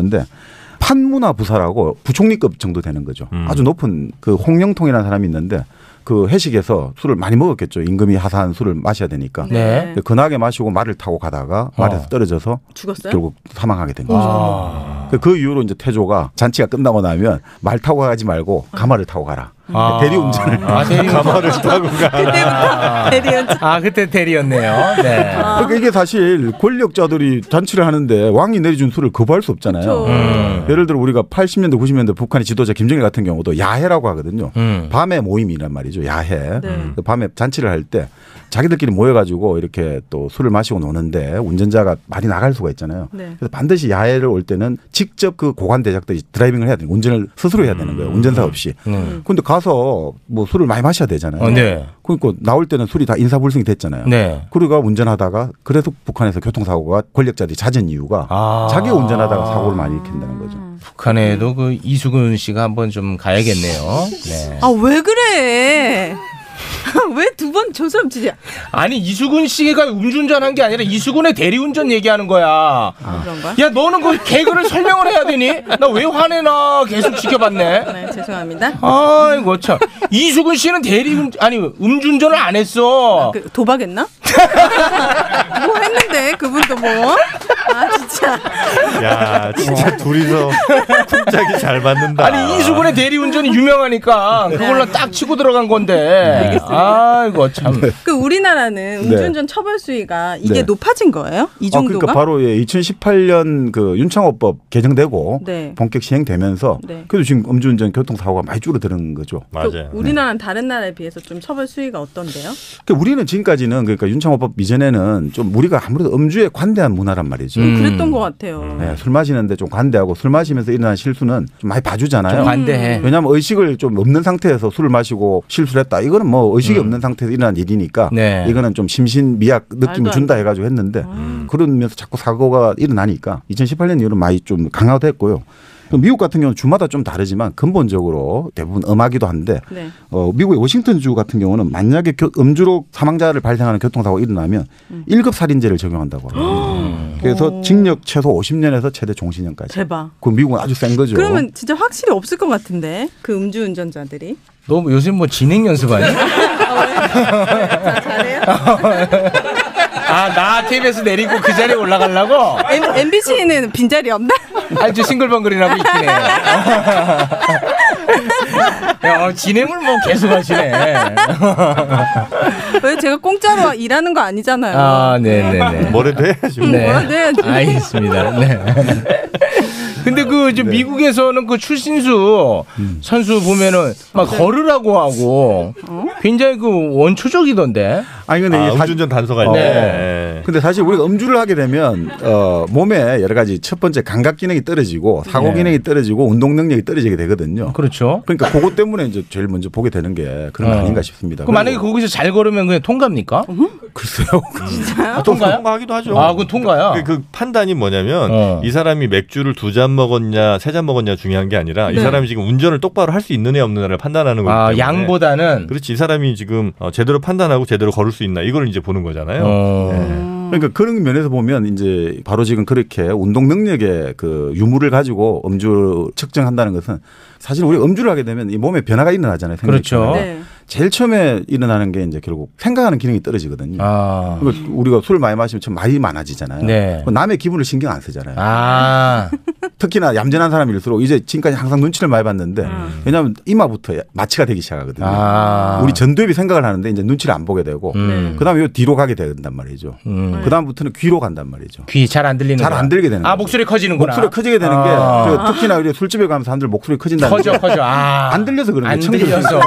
[SPEAKER 6] 판문화 부사라고 부총리급 정도 되는 거죠. 아주 높은 그 홍영통이라는 사람이 있는데 그 회식에서 술을 많이 먹었겠죠. 임금이 하사한 술을 마셔야 되니까.
[SPEAKER 4] 네.
[SPEAKER 6] 근데 근하게 마시고 말을 타고 가다가 말에서 떨어져서
[SPEAKER 5] 죽었어요?
[SPEAKER 6] 결국 사망하게 된 거죠.
[SPEAKER 4] 아.
[SPEAKER 6] 그- 그 이후로 이제 태조가 잔치가 끝나고 나면 말 타고 가지
[SPEAKER 4] 어.
[SPEAKER 6] 말고 가마를 타고 가라.
[SPEAKER 4] 아.
[SPEAKER 6] 대리 운전을
[SPEAKER 4] 아, 대리운전. 가마를 타고 *laughs*
[SPEAKER 6] 가라.
[SPEAKER 5] 대리운전.
[SPEAKER 4] 아, 그때 대리였네요. 네.
[SPEAKER 6] 그러니까 이게 사실 권력자들이 잔치를 하는데 왕이 내려준 수를 거부할 수 없잖아요.
[SPEAKER 4] 그쵸. 음.
[SPEAKER 6] 예를 들어 우리가 80년대 90년대 북한의 지도자 김정일 같은 경우도 야해라고 하거든요.
[SPEAKER 4] 음.
[SPEAKER 6] 밤에 모임이란 말이죠. 야해.
[SPEAKER 4] 네.
[SPEAKER 6] 그 밤에 잔치를 할 때 자기들끼리 모여가지고 이렇게 또 술을 마시고 노는데 운전자가 많이 나갈 수가 있잖아요.
[SPEAKER 2] 네.
[SPEAKER 6] 그래서 반드시 야외를 올 때는 직접 그 고관 대작들이 드라이빙을 해야 되는 거예요. 운전을 스스로 해야 되는 거예요. 운전사 없이. 그런데 가서 뭐 술을 많이 마셔야 되잖아요.
[SPEAKER 4] 네. 어, 네.
[SPEAKER 6] 그러니까 나올 때는 술이 다 인사불성이 됐잖아요.
[SPEAKER 4] 네.
[SPEAKER 6] 그러니까 운전하다가 그래서 북한에서 교통사고가 권력자들이 잦은 이유가
[SPEAKER 4] 아.
[SPEAKER 6] 자기가 운전하다가 사고를 많이 일으킨다는 거죠.
[SPEAKER 4] 북한에도 그 이수근 씨가 한번 좀 가야겠네요. 네.
[SPEAKER 5] 아 왜 그래? *laughs* 왜 두 번 저 사람 진짜
[SPEAKER 4] 아니 이수근 씨가 음주운전 한 게 아니라 이수근의 대리운전 얘기하는 거야.
[SPEAKER 5] 그런가?
[SPEAKER 4] 야 너는 그 개그를 설명을 해야 되니? 나 왜 화내나 계속 지켜봤네.
[SPEAKER 5] 네, 죄송합니다.
[SPEAKER 4] 아이고 참 이수근
[SPEAKER 6] 어.
[SPEAKER 4] 씨는 대리 운 아니 음주운전을 안 했어.
[SPEAKER 5] 도박했나? 그, *laughs* 뭐 했는데 그분도 뭐. 아 진짜.
[SPEAKER 12] 야
[SPEAKER 5] 어.
[SPEAKER 12] 진짜 둘이서 쿵짝이 잘 맞는다.
[SPEAKER 4] 아니 이수근의 대리운전이 유명하니까 그걸로 딱 치고 들어간 건데. 아이고 참.
[SPEAKER 5] 그 우리나라는
[SPEAKER 6] 네.
[SPEAKER 5] 음주운전 처벌 수위가 이게
[SPEAKER 6] 네.
[SPEAKER 5] 높아진 거예요? 이
[SPEAKER 6] 아,
[SPEAKER 5] 정도가?
[SPEAKER 6] 그러니까 바로 예, 2018년 그 윤창호법 개정되고
[SPEAKER 5] 네.
[SPEAKER 6] 본격 시행되면서
[SPEAKER 5] 네.
[SPEAKER 6] 그래도 지금 음주운전 교통사고가 많이 줄어드는 거죠.
[SPEAKER 5] 그 우리나라는 다른 나라에 비해서 좀 처벌 수위가 어떤데요?
[SPEAKER 6] 그러니까 우리는 지금까지는 그러니까 윤창호법 이전에는 좀 우리가 아무래도 음주에 관대한 문화란 말이죠.
[SPEAKER 5] 좀 그랬던 것 같아요.
[SPEAKER 6] 네, 술 마시는데 좀 관대하고 술 마시면서 일어난 실수는 좀 많이 봐주잖아요.
[SPEAKER 4] 좀 관대해. 음.
[SPEAKER 6] 왜냐하면 의식을 좀 없는 상태에서 술을 마시고 실수를 했다. 이거는 뭐 의식이 없는 상태에서 일어난 일이니까
[SPEAKER 4] 네.
[SPEAKER 6] 이거는 좀 심신미약
[SPEAKER 4] 말도
[SPEAKER 6] 느낌을
[SPEAKER 4] 안
[SPEAKER 6] 준다 해가지고 했는데
[SPEAKER 5] 음.
[SPEAKER 6] 그러면서 자꾸 사고가 일어나니까 2018년 이후로 많이 좀 강화됐고요. 그 미국 같은 경우는 주마다 좀 다르지만 근본적으로 대부분 엄하기도 한데
[SPEAKER 5] 네.
[SPEAKER 6] 어, 미국의 워싱턴주 같은 경우는 만약에 교- 음주로 사망자를 발생하는 교통사고 가 일어나면
[SPEAKER 5] 음.
[SPEAKER 6] 일급 살인죄를 적용한다고
[SPEAKER 5] *gasps*
[SPEAKER 6] 합니다. 그래서 징역 최소 50년에서 최대 종신형까지.
[SPEAKER 5] 대박.
[SPEAKER 6] 그 미국은 아주 센 거죠.
[SPEAKER 5] 그러면 진짜 확실히 없을 것 같은데 그 음주운전자들이.
[SPEAKER 4] 너 요새 뭐 진행 연습 하냐? 아, 나 TBS 내리고 그 자리에 올라가려고?
[SPEAKER 5] MBC는 빈자리 없나? *laughs*
[SPEAKER 4] 아니, 저 싱글벙글이라고 *laughs* 있긴 해요. 야, 어, 진행을 뭐 계속 하시네.
[SPEAKER 5] 왜 제가 공짜로 일하는 거 아니잖아요.
[SPEAKER 4] 아, 네네네.
[SPEAKER 12] 뭐래도 해야지.
[SPEAKER 5] 뭐. 뭐라도 해야지.
[SPEAKER 4] 알겠습니다. 네. *laughs* 근데 그,
[SPEAKER 6] 네.
[SPEAKER 4] 저 미국에서는 그 출신수
[SPEAKER 6] 음.
[SPEAKER 4] 선수 보면은 막
[SPEAKER 6] 네.
[SPEAKER 4] 걸으라고 하고
[SPEAKER 6] 어?
[SPEAKER 4] 굉장히 그 원초적이던데.
[SPEAKER 6] 아니, 근데 이게 사- 네, 어,
[SPEAKER 4] 네.
[SPEAKER 12] 네.
[SPEAKER 6] 근데 사실 우리가 음주를 하게 되면 어, 몸에 여러 가지 첫 번째 감각 기능이 떨어지고 사고
[SPEAKER 4] 네.
[SPEAKER 6] 기능이 떨어지고 운동 능력이 떨어지게 되거든요.
[SPEAKER 4] 그렇죠.
[SPEAKER 6] 그러니까 그것 때문에 이제 제일 먼저 보게 되는 게 그런 거
[SPEAKER 4] 어.
[SPEAKER 6] 아닌가 싶습니다.
[SPEAKER 4] 그 만약에 거기서 잘 걸으면 그냥 통갑니까?
[SPEAKER 6] 어, 글쎄요.
[SPEAKER 12] 통가요?
[SPEAKER 4] 진짜요? 통가요?
[SPEAKER 12] 음. 통과하기도
[SPEAKER 6] 그렇죠.
[SPEAKER 12] 하죠.
[SPEAKER 4] 아, 그건 통과야.
[SPEAKER 12] 그, 그 판단이 뭐냐면
[SPEAKER 4] 어.
[SPEAKER 12] 이 사람이 맥주를 두 잔 먹었냐 세 잔 먹었냐 중요한 게 아니라 이
[SPEAKER 4] 네.
[SPEAKER 12] 사람이 지금 운전을 똑바로 할 수 있느냐 없느냐를
[SPEAKER 6] 그,
[SPEAKER 12] 판단하는 거기
[SPEAKER 4] 아,
[SPEAKER 12] 때문에
[SPEAKER 4] 양보다는
[SPEAKER 12] 그렇지 이 사람이 지금 어, 제대로 판단하고 제대로 걸을 수 있나 이걸 이제 보는 거잖아요.
[SPEAKER 4] 어.
[SPEAKER 6] 그러니까 그런 면에서 보면 이제 바로 지금 그렇게 운동 능력의 그 유무를 가지고 음주 측정한다는 것은 사실 우리 가 음주를 하게 되면 이 몸에 변화가 일어나잖아요. 생각
[SPEAKER 4] 그렇죠.
[SPEAKER 6] 변화가.
[SPEAKER 4] 네.
[SPEAKER 6] 제일 처음에 일어나는 게 이제 결국 생각하는 기능이 떨어지거든요. 그러니까 우리가 술 많이 마시면 참 말이 많아지잖아요.
[SPEAKER 4] 아. 네.
[SPEAKER 6] 그럼 남의 기분을 신경 안 쓰잖아요.
[SPEAKER 4] 아.
[SPEAKER 6] 특히나 얌전한 사람일수록 이제 지금까지 항상 눈치를 많이 봤는데 왜냐하면 이마부터 마취가 되기 시작하거든요.
[SPEAKER 4] 아.
[SPEAKER 6] 우리 전두엽이 생각을 하는데 이제 눈치를 안 보게 되고
[SPEAKER 4] 음.
[SPEAKER 6] 그다음에 요 뒤로 가게 된단 말이죠.
[SPEAKER 4] 음.
[SPEAKER 6] 그다음부터는 귀로 간단 말이죠.
[SPEAKER 4] 귀 잘 안 들리는
[SPEAKER 6] 잘 안 들리게 되는
[SPEAKER 4] 아
[SPEAKER 6] 거죠.
[SPEAKER 4] 목소리 커지는구나.
[SPEAKER 6] 목소리 커지게 되는
[SPEAKER 4] 아.
[SPEAKER 6] 게 저 특히나 우리 술집에 가면 사람들 목소리 커진다는
[SPEAKER 4] 커져,
[SPEAKER 6] 게
[SPEAKER 4] 커져. 아.
[SPEAKER 6] 안 들려서 그런
[SPEAKER 4] 안
[SPEAKER 6] 거예요. 청결
[SPEAKER 4] 들려서.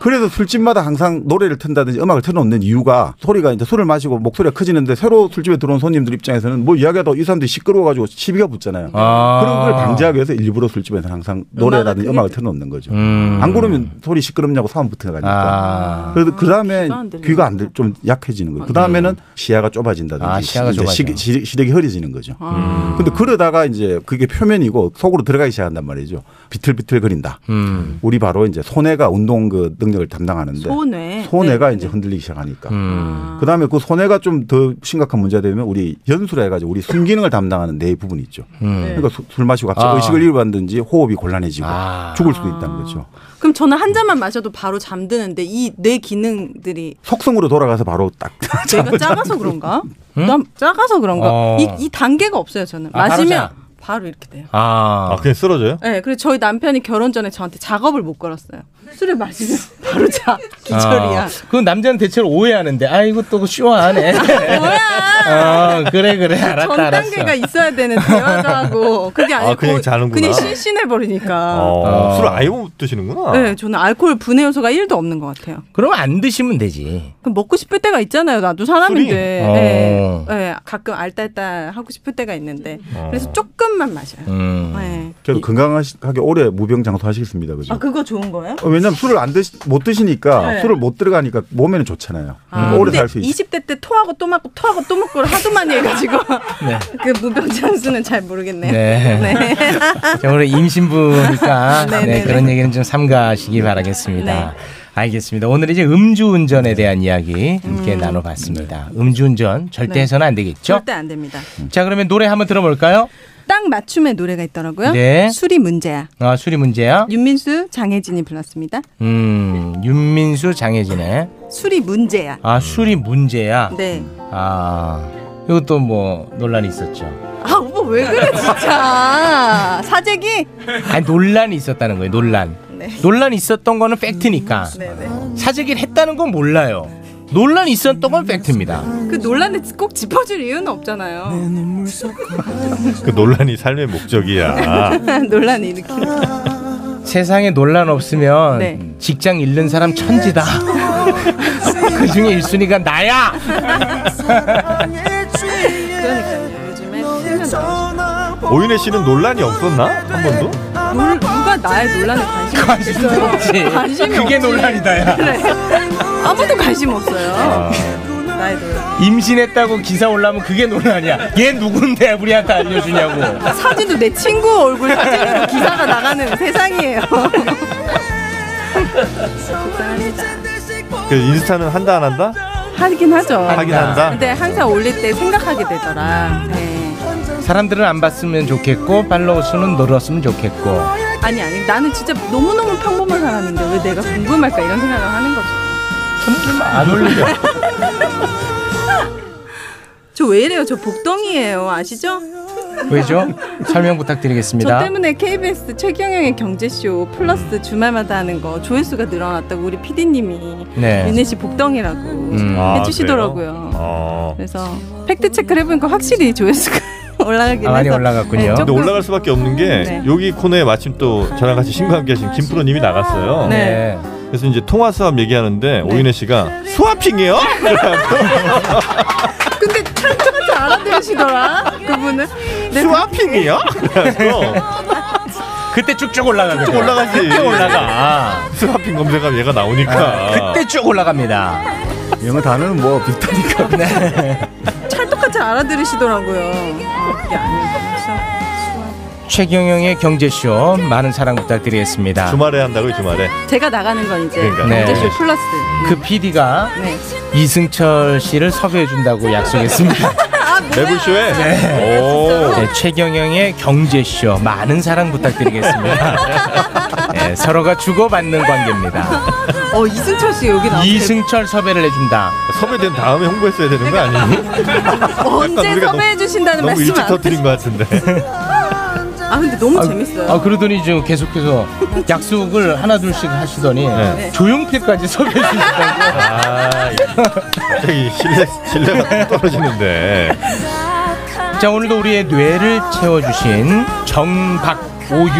[SPEAKER 6] 그래서 술집마다 항상 노래를 튼다든지 음악을 틀어놓는 이유가 소리가 이제 술을 마시고 목소리가 커지는데 새로 술집에 들어온 손님들 입장에서는 뭐 이야기하다 이 사람들이 시끄러워가지고 시비가 붙잖아요.
[SPEAKER 4] 아.
[SPEAKER 6] 그런 걸 방지하기 위해서 일부러 술집에서는 항상 노래라든지
[SPEAKER 4] 음악을
[SPEAKER 6] 음악을 틀어놓는 거죠.
[SPEAKER 4] 음.
[SPEAKER 6] 안 그러면 소리 시끄럽냐고 사람 붙어가니까.
[SPEAKER 4] 아.
[SPEAKER 6] 그래서 그 다음에 귀가 안 들, 좀 약해지는 거예요. 그 다음에는 시야가 좁아진다든지
[SPEAKER 4] 네. 아, 시야가
[SPEAKER 6] 이제
[SPEAKER 4] 좁아져.
[SPEAKER 6] 시기- 시- 시력이 흐려지는 거죠.
[SPEAKER 4] 아.
[SPEAKER 6] 근데 그러다가 이제 그게 표면이고 속으로 들어가기 시작한단 말이죠. 비틀비틀 거린다.
[SPEAKER 4] 음.
[SPEAKER 6] 우리 바로 이제 손해가 운동 그 능력을 담당하는데
[SPEAKER 5] 손해. 네, 아.
[SPEAKER 6] 손해가 이제 흔들리기 시작하니까.
[SPEAKER 4] 음.
[SPEAKER 6] 그다음에 그 손해가 좀 더 심각한 문제가 되면 우리 연수라 해가지고 우리 숨기능을 담당하는 뇌 부분이 있죠.
[SPEAKER 5] 네.
[SPEAKER 4] 음.
[SPEAKER 6] 그러니까 수- 술 마시고 갑자기
[SPEAKER 4] 아.
[SPEAKER 6] 의식을 잃어봤든지 호흡이 곤란해지고 죽을 수도 있다는 거죠.
[SPEAKER 5] 그럼 저는 한 잔만 마셔도 바로 잠드는데 이 뇌 기능들이
[SPEAKER 6] 속성으로 돌아가서 바로 딱 *laughs*
[SPEAKER 5] 내가 작아서 그런가? 난 작아서 그런가?
[SPEAKER 6] 어.
[SPEAKER 5] 이, 이 단계가 없어요 저는.
[SPEAKER 6] 아, 바로
[SPEAKER 5] 마시면
[SPEAKER 6] 자.
[SPEAKER 5] 바로, 이렇게 돼요.
[SPEAKER 4] 아.
[SPEAKER 12] 그냥 쓰러져요?
[SPEAKER 5] 네, 그래서 저희 남편이 결혼 전에 저한테 작업을 못 걸었어요. 술을 마시면 *laughs* 바로 자 기절이야.
[SPEAKER 4] 아, 그건 남자는 대체로 오해하는데, 아이고, 또 쇼하네. 뭐야! 어, 그래, 그래. 알았다,
[SPEAKER 5] 전
[SPEAKER 4] 알았어.
[SPEAKER 5] 단계가 있어야 되는데 여자하고 그게
[SPEAKER 12] 아,
[SPEAKER 5] 아니고
[SPEAKER 12] 그냥 자는구나.
[SPEAKER 5] 그냥 실신해 버리니까.
[SPEAKER 12] 어, 술을 아예 못 드시는구나.
[SPEAKER 5] 아. 네, 저는 알코올 분해 요소가 1도 없는 것 같아요.
[SPEAKER 4] 그러면 안 드시면 되지.
[SPEAKER 5] 그럼 먹고 싶을 때가 있잖아요. 나도 사람인데.
[SPEAKER 4] 술이?
[SPEAKER 5] 네.
[SPEAKER 4] 어.
[SPEAKER 6] 아.
[SPEAKER 5] 네, 가끔 알딸딸 하고 싶을 때가 있는데. 그래서 조금만 마셔요.
[SPEAKER 6] 음.
[SPEAKER 4] 음.
[SPEAKER 5] 네.
[SPEAKER 6] 그래도 건강하게 오래 무병장수 하시겠습니다, 그죠?
[SPEAKER 5] 아, 그거 좋은 거예요?
[SPEAKER 6] 어, 왜냐면 술을 안 드시, 못 드시니까
[SPEAKER 5] 네.
[SPEAKER 6] 술을 못 들어가니까 몸에는 좋잖아요.
[SPEAKER 5] 아,
[SPEAKER 6] 음. 오래
[SPEAKER 5] 근데
[SPEAKER 6] 살 수 있어요.
[SPEAKER 5] 20대 때 토하고 또 맞고 토하고 또 먹고를 하도 많이 해가지고
[SPEAKER 4] 네.
[SPEAKER 5] *laughs* 그 무병장수는 잘 모르겠네요.
[SPEAKER 4] 네.
[SPEAKER 6] 그렇죠?
[SPEAKER 4] 자, 오늘 임신부니까
[SPEAKER 5] 아. *laughs* 네,
[SPEAKER 4] 네,
[SPEAKER 5] 네, 네.
[SPEAKER 4] 그런 얘기는 좀 삼가하시기 바라겠습니다. 알겠습니다. 오늘 이제 음주운전에 대한 이야기 함께 나눠봤습니다. 음주운전 절대
[SPEAKER 5] 음. 네.
[SPEAKER 4] 해서는 안 되겠죠?
[SPEAKER 5] 절대 안 됩니다.
[SPEAKER 4] 자, 그러면 노래 한번 들어볼까요?
[SPEAKER 5] 딱 맞춤의 노래가 있더라고요.
[SPEAKER 4] 네.
[SPEAKER 5] 술이 문제야.
[SPEAKER 4] 아, 수리 문제야.
[SPEAKER 5] 윤민수 장혜진이 불렀습니다.
[SPEAKER 4] 음, 윤민수 장혜진의
[SPEAKER 5] 술이 문제야.
[SPEAKER 4] 아, 술이 문제야.
[SPEAKER 5] 네.
[SPEAKER 4] 아 이것도 뭐 논란이 있었죠.
[SPEAKER 2] 아 오빠 왜 그래 진짜 사재기?
[SPEAKER 4] 아니 논란이 있었다는 거예요. 논란.
[SPEAKER 2] 네.
[SPEAKER 4] 논란이 있었던 거는 팩트니까
[SPEAKER 5] 그렇죠.
[SPEAKER 2] 네네.
[SPEAKER 4] 사재기를 했다는 건 몰라요. 논란이 있었던 건 팩트입니다.
[SPEAKER 2] 그 논란을 꼭 짚어줄 이유는 없잖아요.
[SPEAKER 3] 그 논란이
[SPEAKER 5] *laughs*
[SPEAKER 3] 삶의 목적이야.
[SPEAKER 12] 아,
[SPEAKER 2] *laughs* 논란이 이렇게.
[SPEAKER 4] 세상에 논란 없으면
[SPEAKER 2] 네.
[SPEAKER 4] 직장 잃는 사람 천지다. 그 중에 1순위가 나야.
[SPEAKER 2] 그러니까 요즘에 틀면 나오죠.
[SPEAKER 3] 오윤혜 씨는 논란이 없었나? 한
[SPEAKER 2] 놀-
[SPEAKER 3] 번도?
[SPEAKER 4] 음.
[SPEAKER 2] 누가 나의 논란에 관심이 없어요?
[SPEAKER 3] 없지.
[SPEAKER 4] *laughs*
[SPEAKER 2] 관심이
[SPEAKER 4] 그게
[SPEAKER 2] 없지.
[SPEAKER 4] 논란이다, 야.
[SPEAKER 2] 그래. 아무도 관심 없어요.
[SPEAKER 4] 아.
[SPEAKER 2] 나의 논란.
[SPEAKER 4] 임신했다고 기사 올라면 그게 논란이야. 얘 누군데 우리한테 알려주냐고.
[SPEAKER 2] 사진도 내 친구 얼굴 사진으로 기사가 나가는 세상이에요.
[SPEAKER 5] 속상합니다.
[SPEAKER 3] 그 인스타는 한다 안 한다?
[SPEAKER 5] 하긴 하죠.
[SPEAKER 3] 하긴 한다.
[SPEAKER 5] 근데 항상 올릴 때 생각하게 되더라. 네.
[SPEAKER 4] 사람들은 안 봤으면 좋겠고 팔로워 수는 늘었으면 좋겠고.
[SPEAKER 5] 아니 아니 나는 진짜 너무너무 평범한 사람인데 왜 내가 궁금할까 이런 생각을 하는 거죠.
[SPEAKER 4] 아, 안 올리죠.
[SPEAKER 12] 아,
[SPEAKER 5] 저 왜 이래요? 저 복덩이에요. 아시죠?
[SPEAKER 4] 왜죠? 설명
[SPEAKER 5] 저
[SPEAKER 4] 부탁드리겠습니다.
[SPEAKER 5] 때문에 KBS 최경영의 경제쇼
[SPEAKER 3] 음.
[SPEAKER 5] 플러스 주말마다 하는 거 조회수가 늘어났다고 우리 PD님이
[SPEAKER 4] 네.
[SPEAKER 5] 윤혜 씨 복덩이라고
[SPEAKER 4] 음. 아,
[SPEAKER 5] 해주시더라고요. 네.
[SPEAKER 3] 어.
[SPEAKER 5] 그래서 팩트 체크를 해보니까 확실히 조회수가 *laughs* 올라가긴
[SPEAKER 3] 아, 많이
[SPEAKER 5] 해서
[SPEAKER 3] 올라갔군요.
[SPEAKER 5] 네,
[SPEAKER 3] 근데
[SPEAKER 5] 조금
[SPEAKER 3] 올라갈 수밖에 없는 게
[SPEAKER 5] 네.
[SPEAKER 3] 여기 코너에 마침 또 저랑 같이 신과 함께하신 김프로님이 나갔어요.
[SPEAKER 5] 네.
[SPEAKER 3] 그래서 이제 통화 수업 얘기하는데 오윤혜 씨가 스와핑이요? *laughs*
[SPEAKER 5] 근데 탈출하지 알아들으시더라 그분은 네,
[SPEAKER 3] 스와핑이요?
[SPEAKER 4] 그때 쭉쭉 올라가.
[SPEAKER 3] 쭉 올라가지.
[SPEAKER 4] 그때 올라가. 아.
[SPEAKER 3] 스와핑 검색하면 얘가 나오니까.
[SPEAKER 4] 그때 쭉 올라갑니다.
[SPEAKER 6] 영어 단어는 뭐 비슷하니까.
[SPEAKER 5] 찰떡같이 알아들으시더라고요. 어, 이게 아니에요.
[SPEAKER 4] 최경영의 경제쇼 많은 사랑 부탁드리겠습니다.
[SPEAKER 3] 주말에 한다고요, 주말에.
[SPEAKER 5] 제가 나가는 건 이제
[SPEAKER 4] 그러니까.
[SPEAKER 5] 경제쇼
[SPEAKER 4] 네.
[SPEAKER 5] 플러스.
[SPEAKER 4] 그 PD가
[SPEAKER 5] 네.
[SPEAKER 4] 이승철 씨를 섭외해 준다고 *laughs* 약속했습니다.
[SPEAKER 5] 아,
[SPEAKER 3] 매불쇼에
[SPEAKER 4] 네.
[SPEAKER 3] 오.
[SPEAKER 4] 네, 최경영의 경제쇼 많은 사랑 *laughs* 부탁드리겠습니다. 네, 서로가 주고받는 관계입니다.
[SPEAKER 5] 어 이승철 씨 여기
[SPEAKER 3] 아,
[SPEAKER 5] 나왔어요.
[SPEAKER 4] 이승철 섭외를 해준다.
[SPEAKER 3] 섭외된 다음에 홍보했어야 되는 거 아니에요?
[SPEAKER 5] 언제
[SPEAKER 3] 우리가
[SPEAKER 5] 섭외해 주신다는
[SPEAKER 3] 그러니까 너무
[SPEAKER 5] 말씀
[SPEAKER 3] 일찍
[SPEAKER 5] 안
[SPEAKER 3] 터뜨린 것 같은데.
[SPEAKER 5] 아 근데 너무 재밌어요.
[SPEAKER 4] 아 그러더니 지금 계속해서 약속을 하나 둘씩 하시더니
[SPEAKER 3] 네.
[SPEAKER 4] 조용필까지 섭외해 주신다고.
[SPEAKER 3] 아, 갑자기 신뢰 신뢰가 떨어지는데.
[SPEAKER 4] 자 오늘도 우리의 뇌를 채워주신 정박 오윤